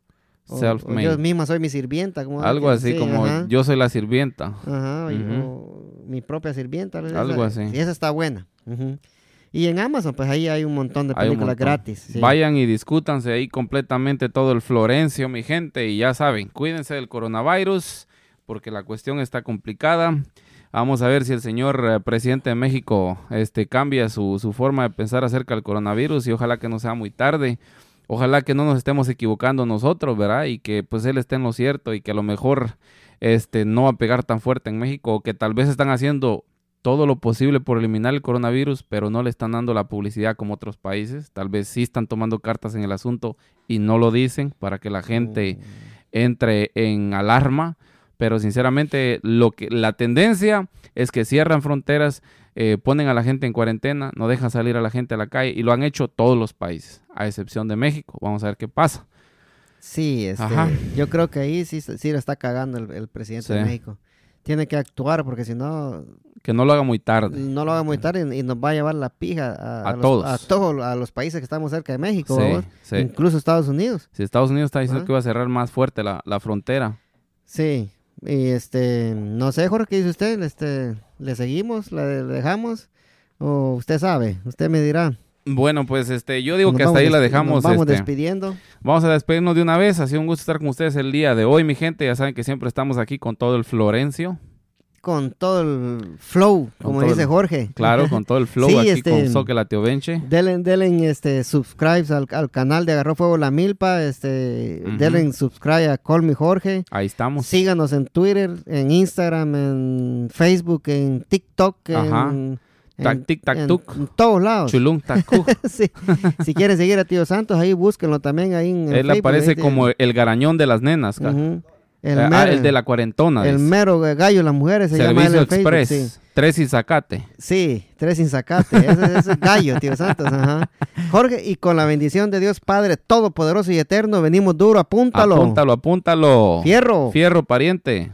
Speaker 1: O- o
Speaker 2: Self-made.
Speaker 1: Yo misma soy mi sirvienta. Como
Speaker 2: Algo así
Speaker 1: sí,
Speaker 2: como
Speaker 1: ajá.
Speaker 2: yo soy la sirvienta.
Speaker 1: Ajá, y-
Speaker 2: Ujú.
Speaker 1: o mi propia sirvienta. ¿verdad?
Speaker 2: Algo
Speaker 1: Esa-
Speaker 2: así.
Speaker 1: Y esa está buena. Ujú. Y en Amazon, pues ahí hay un montón de
Speaker 2: Hay un
Speaker 1: películas
Speaker 2: montón.
Speaker 1: gratis. sí.
Speaker 2: Vayan y discútanse ahí completamente todo el Florencio, mi gente. Y ya saben, cuídense del coronavirus porque la cuestión está complicada. Vamos a ver si el señor eh, presidente de México este, cambia su, su forma de pensar acerca del coronavirus y ojalá que no sea muy tarde. Ojalá que no nos estemos equivocando nosotros, ¿verdad? Y que pues él esté en lo cierto y que a lo mejor este, no va a pegar tan fuerte en México o que tal vez están haciendo todo lo posible por eliminar el coronavirus, pero no le están dando la publicidad como otros países. Tal vez sí están tomando cartas en el asunto y no lo dicen para que la
Speaker 1: Mm.
Speaker 2: gente entre en alarma. Pero sinceramente, lo que, la tendencia es que cierran fronteras, eh, ponen a la gente en cuarentena, no dejan salir a la gente a la calle y lo han hecho todos los países, a excepción de México. Vamos a ver qué pasa.
Speaker 1: Sí, este,
Speaker 2: Ajá.
Speaker 1: yo creo que ahí sí, se- sí lo está cagando el, el presidente de
Speaker 2: Sí.
Speaker 1: México. Tiene que actuar porque si no,
Speaker 2: Que no lo haga muy tarde.
Speaker 1: no lo haga muy tarde y, y nos va a llevar la pija a,
Speaker 2: A
Speaker 1: los-
Speaker 2: todos.
Speaker 1: a todos, a los países que estamos cerca de México,
Speaker 2: Sí,
Speaker 1: ¿verdad?
Speaker 2: sí.
Speaker 1: incluso Estados Unidos.
Speaker 2: Si Estados Unidos está diciendo
Speaker 1: Ajá.
Speaker 2: que iba a cerrar más fuerte la, la frontera,
Speaker 1: Sí, y este, no sé, Jorge, ¿qué dice usted? Este, ¿Le seguimos? ¿La de- le dejamos? ¿O usted sabe? Usted me dirá.
Speaker 2: Bueno, pues este, yo digo
Speaker 1: Nos
Speaker 2: que hasta
Speaker 1: vamos
Speaker 2: ahí la
Speaker 1: despi-
Speaker 2: dejamos.
Speaker 1: Nos vamos
Speaker 2: este.
Speaker 1: despidiendo.
Speaker 2: Vamos a despedirnos de una vez. Ha sido un gusto estar con ustedes el día de hoy, mi gente. Ya saben que siempre estamos aquí con todo el Florencio.
Speaker 1: Con todo el flow, como
Speaker 2: todo
Speaker 1: dice
Speaker 2: el-
Speaker 1: Jorge.
Speaker 2: Claro, con todo el flow
Speaker 1: Sí,
Speaker 2: aquí
Speaker 1: este-
Speaker 2: con Soque la Tío Benche.
Speaker 1: Denle, denle, este, subscribes al, al canal de Agarró Fuego La Milpa. Este,
Speaker 2: Ujú.
Speaker 1: Denle subscribe a Call Me Jorge.
Speaker 2: Ahí estamos.
Speaker 1: Síganos en Twitter, en Instagram, en Facebook, en TikTok, en,
Speaker 2: Ajá.
Speaker 1: en-
Speaker 2: Tac, tic, tac,
Speaker 1: en-
Speaker 2: tuc.
Speaker 1: en todos lados.
Speaker 2: Chulung Tacu.
Speaker 1: Sí. Si quieren seguir a Tío Santos, ahí búsquenlo también ahí en el
Speaker 2: Él
Speaker 1: Facebook, ahí
Speaker 2: aparece
Speaker 1: tiene-
Speaker 2: como el garañón de las nenas. ca.
Speaker 1: Ujú.
Speaker 2: Eh,
Speaker 1: el,
Speaker 2: ah, El,
Speaker 1: mero,
Speaker 2: de la cuarentona.
Speaker 1: el
Speaker 2: dice.
Speaker 1: mero gallo, las mujeres se llama él
Speaker 2: Servicio
Speaker 1: en Facebook,
Speaker 2: Express.
Speaker 1: sí.
Speaker 2: Tres y sacate.
Speaker 1: Sí, tres sin sacate. Ese, ese es gallo, Tío Santos. ajá. Jorge, y con la bendición de Dios Padre Todopoderoso y Eterno, venimos duro, apúntalo.
Speaker 2: Apúntalo, apúntalo.
Speaker 1: Fierro.
Speaker 2: Fierro, pariente.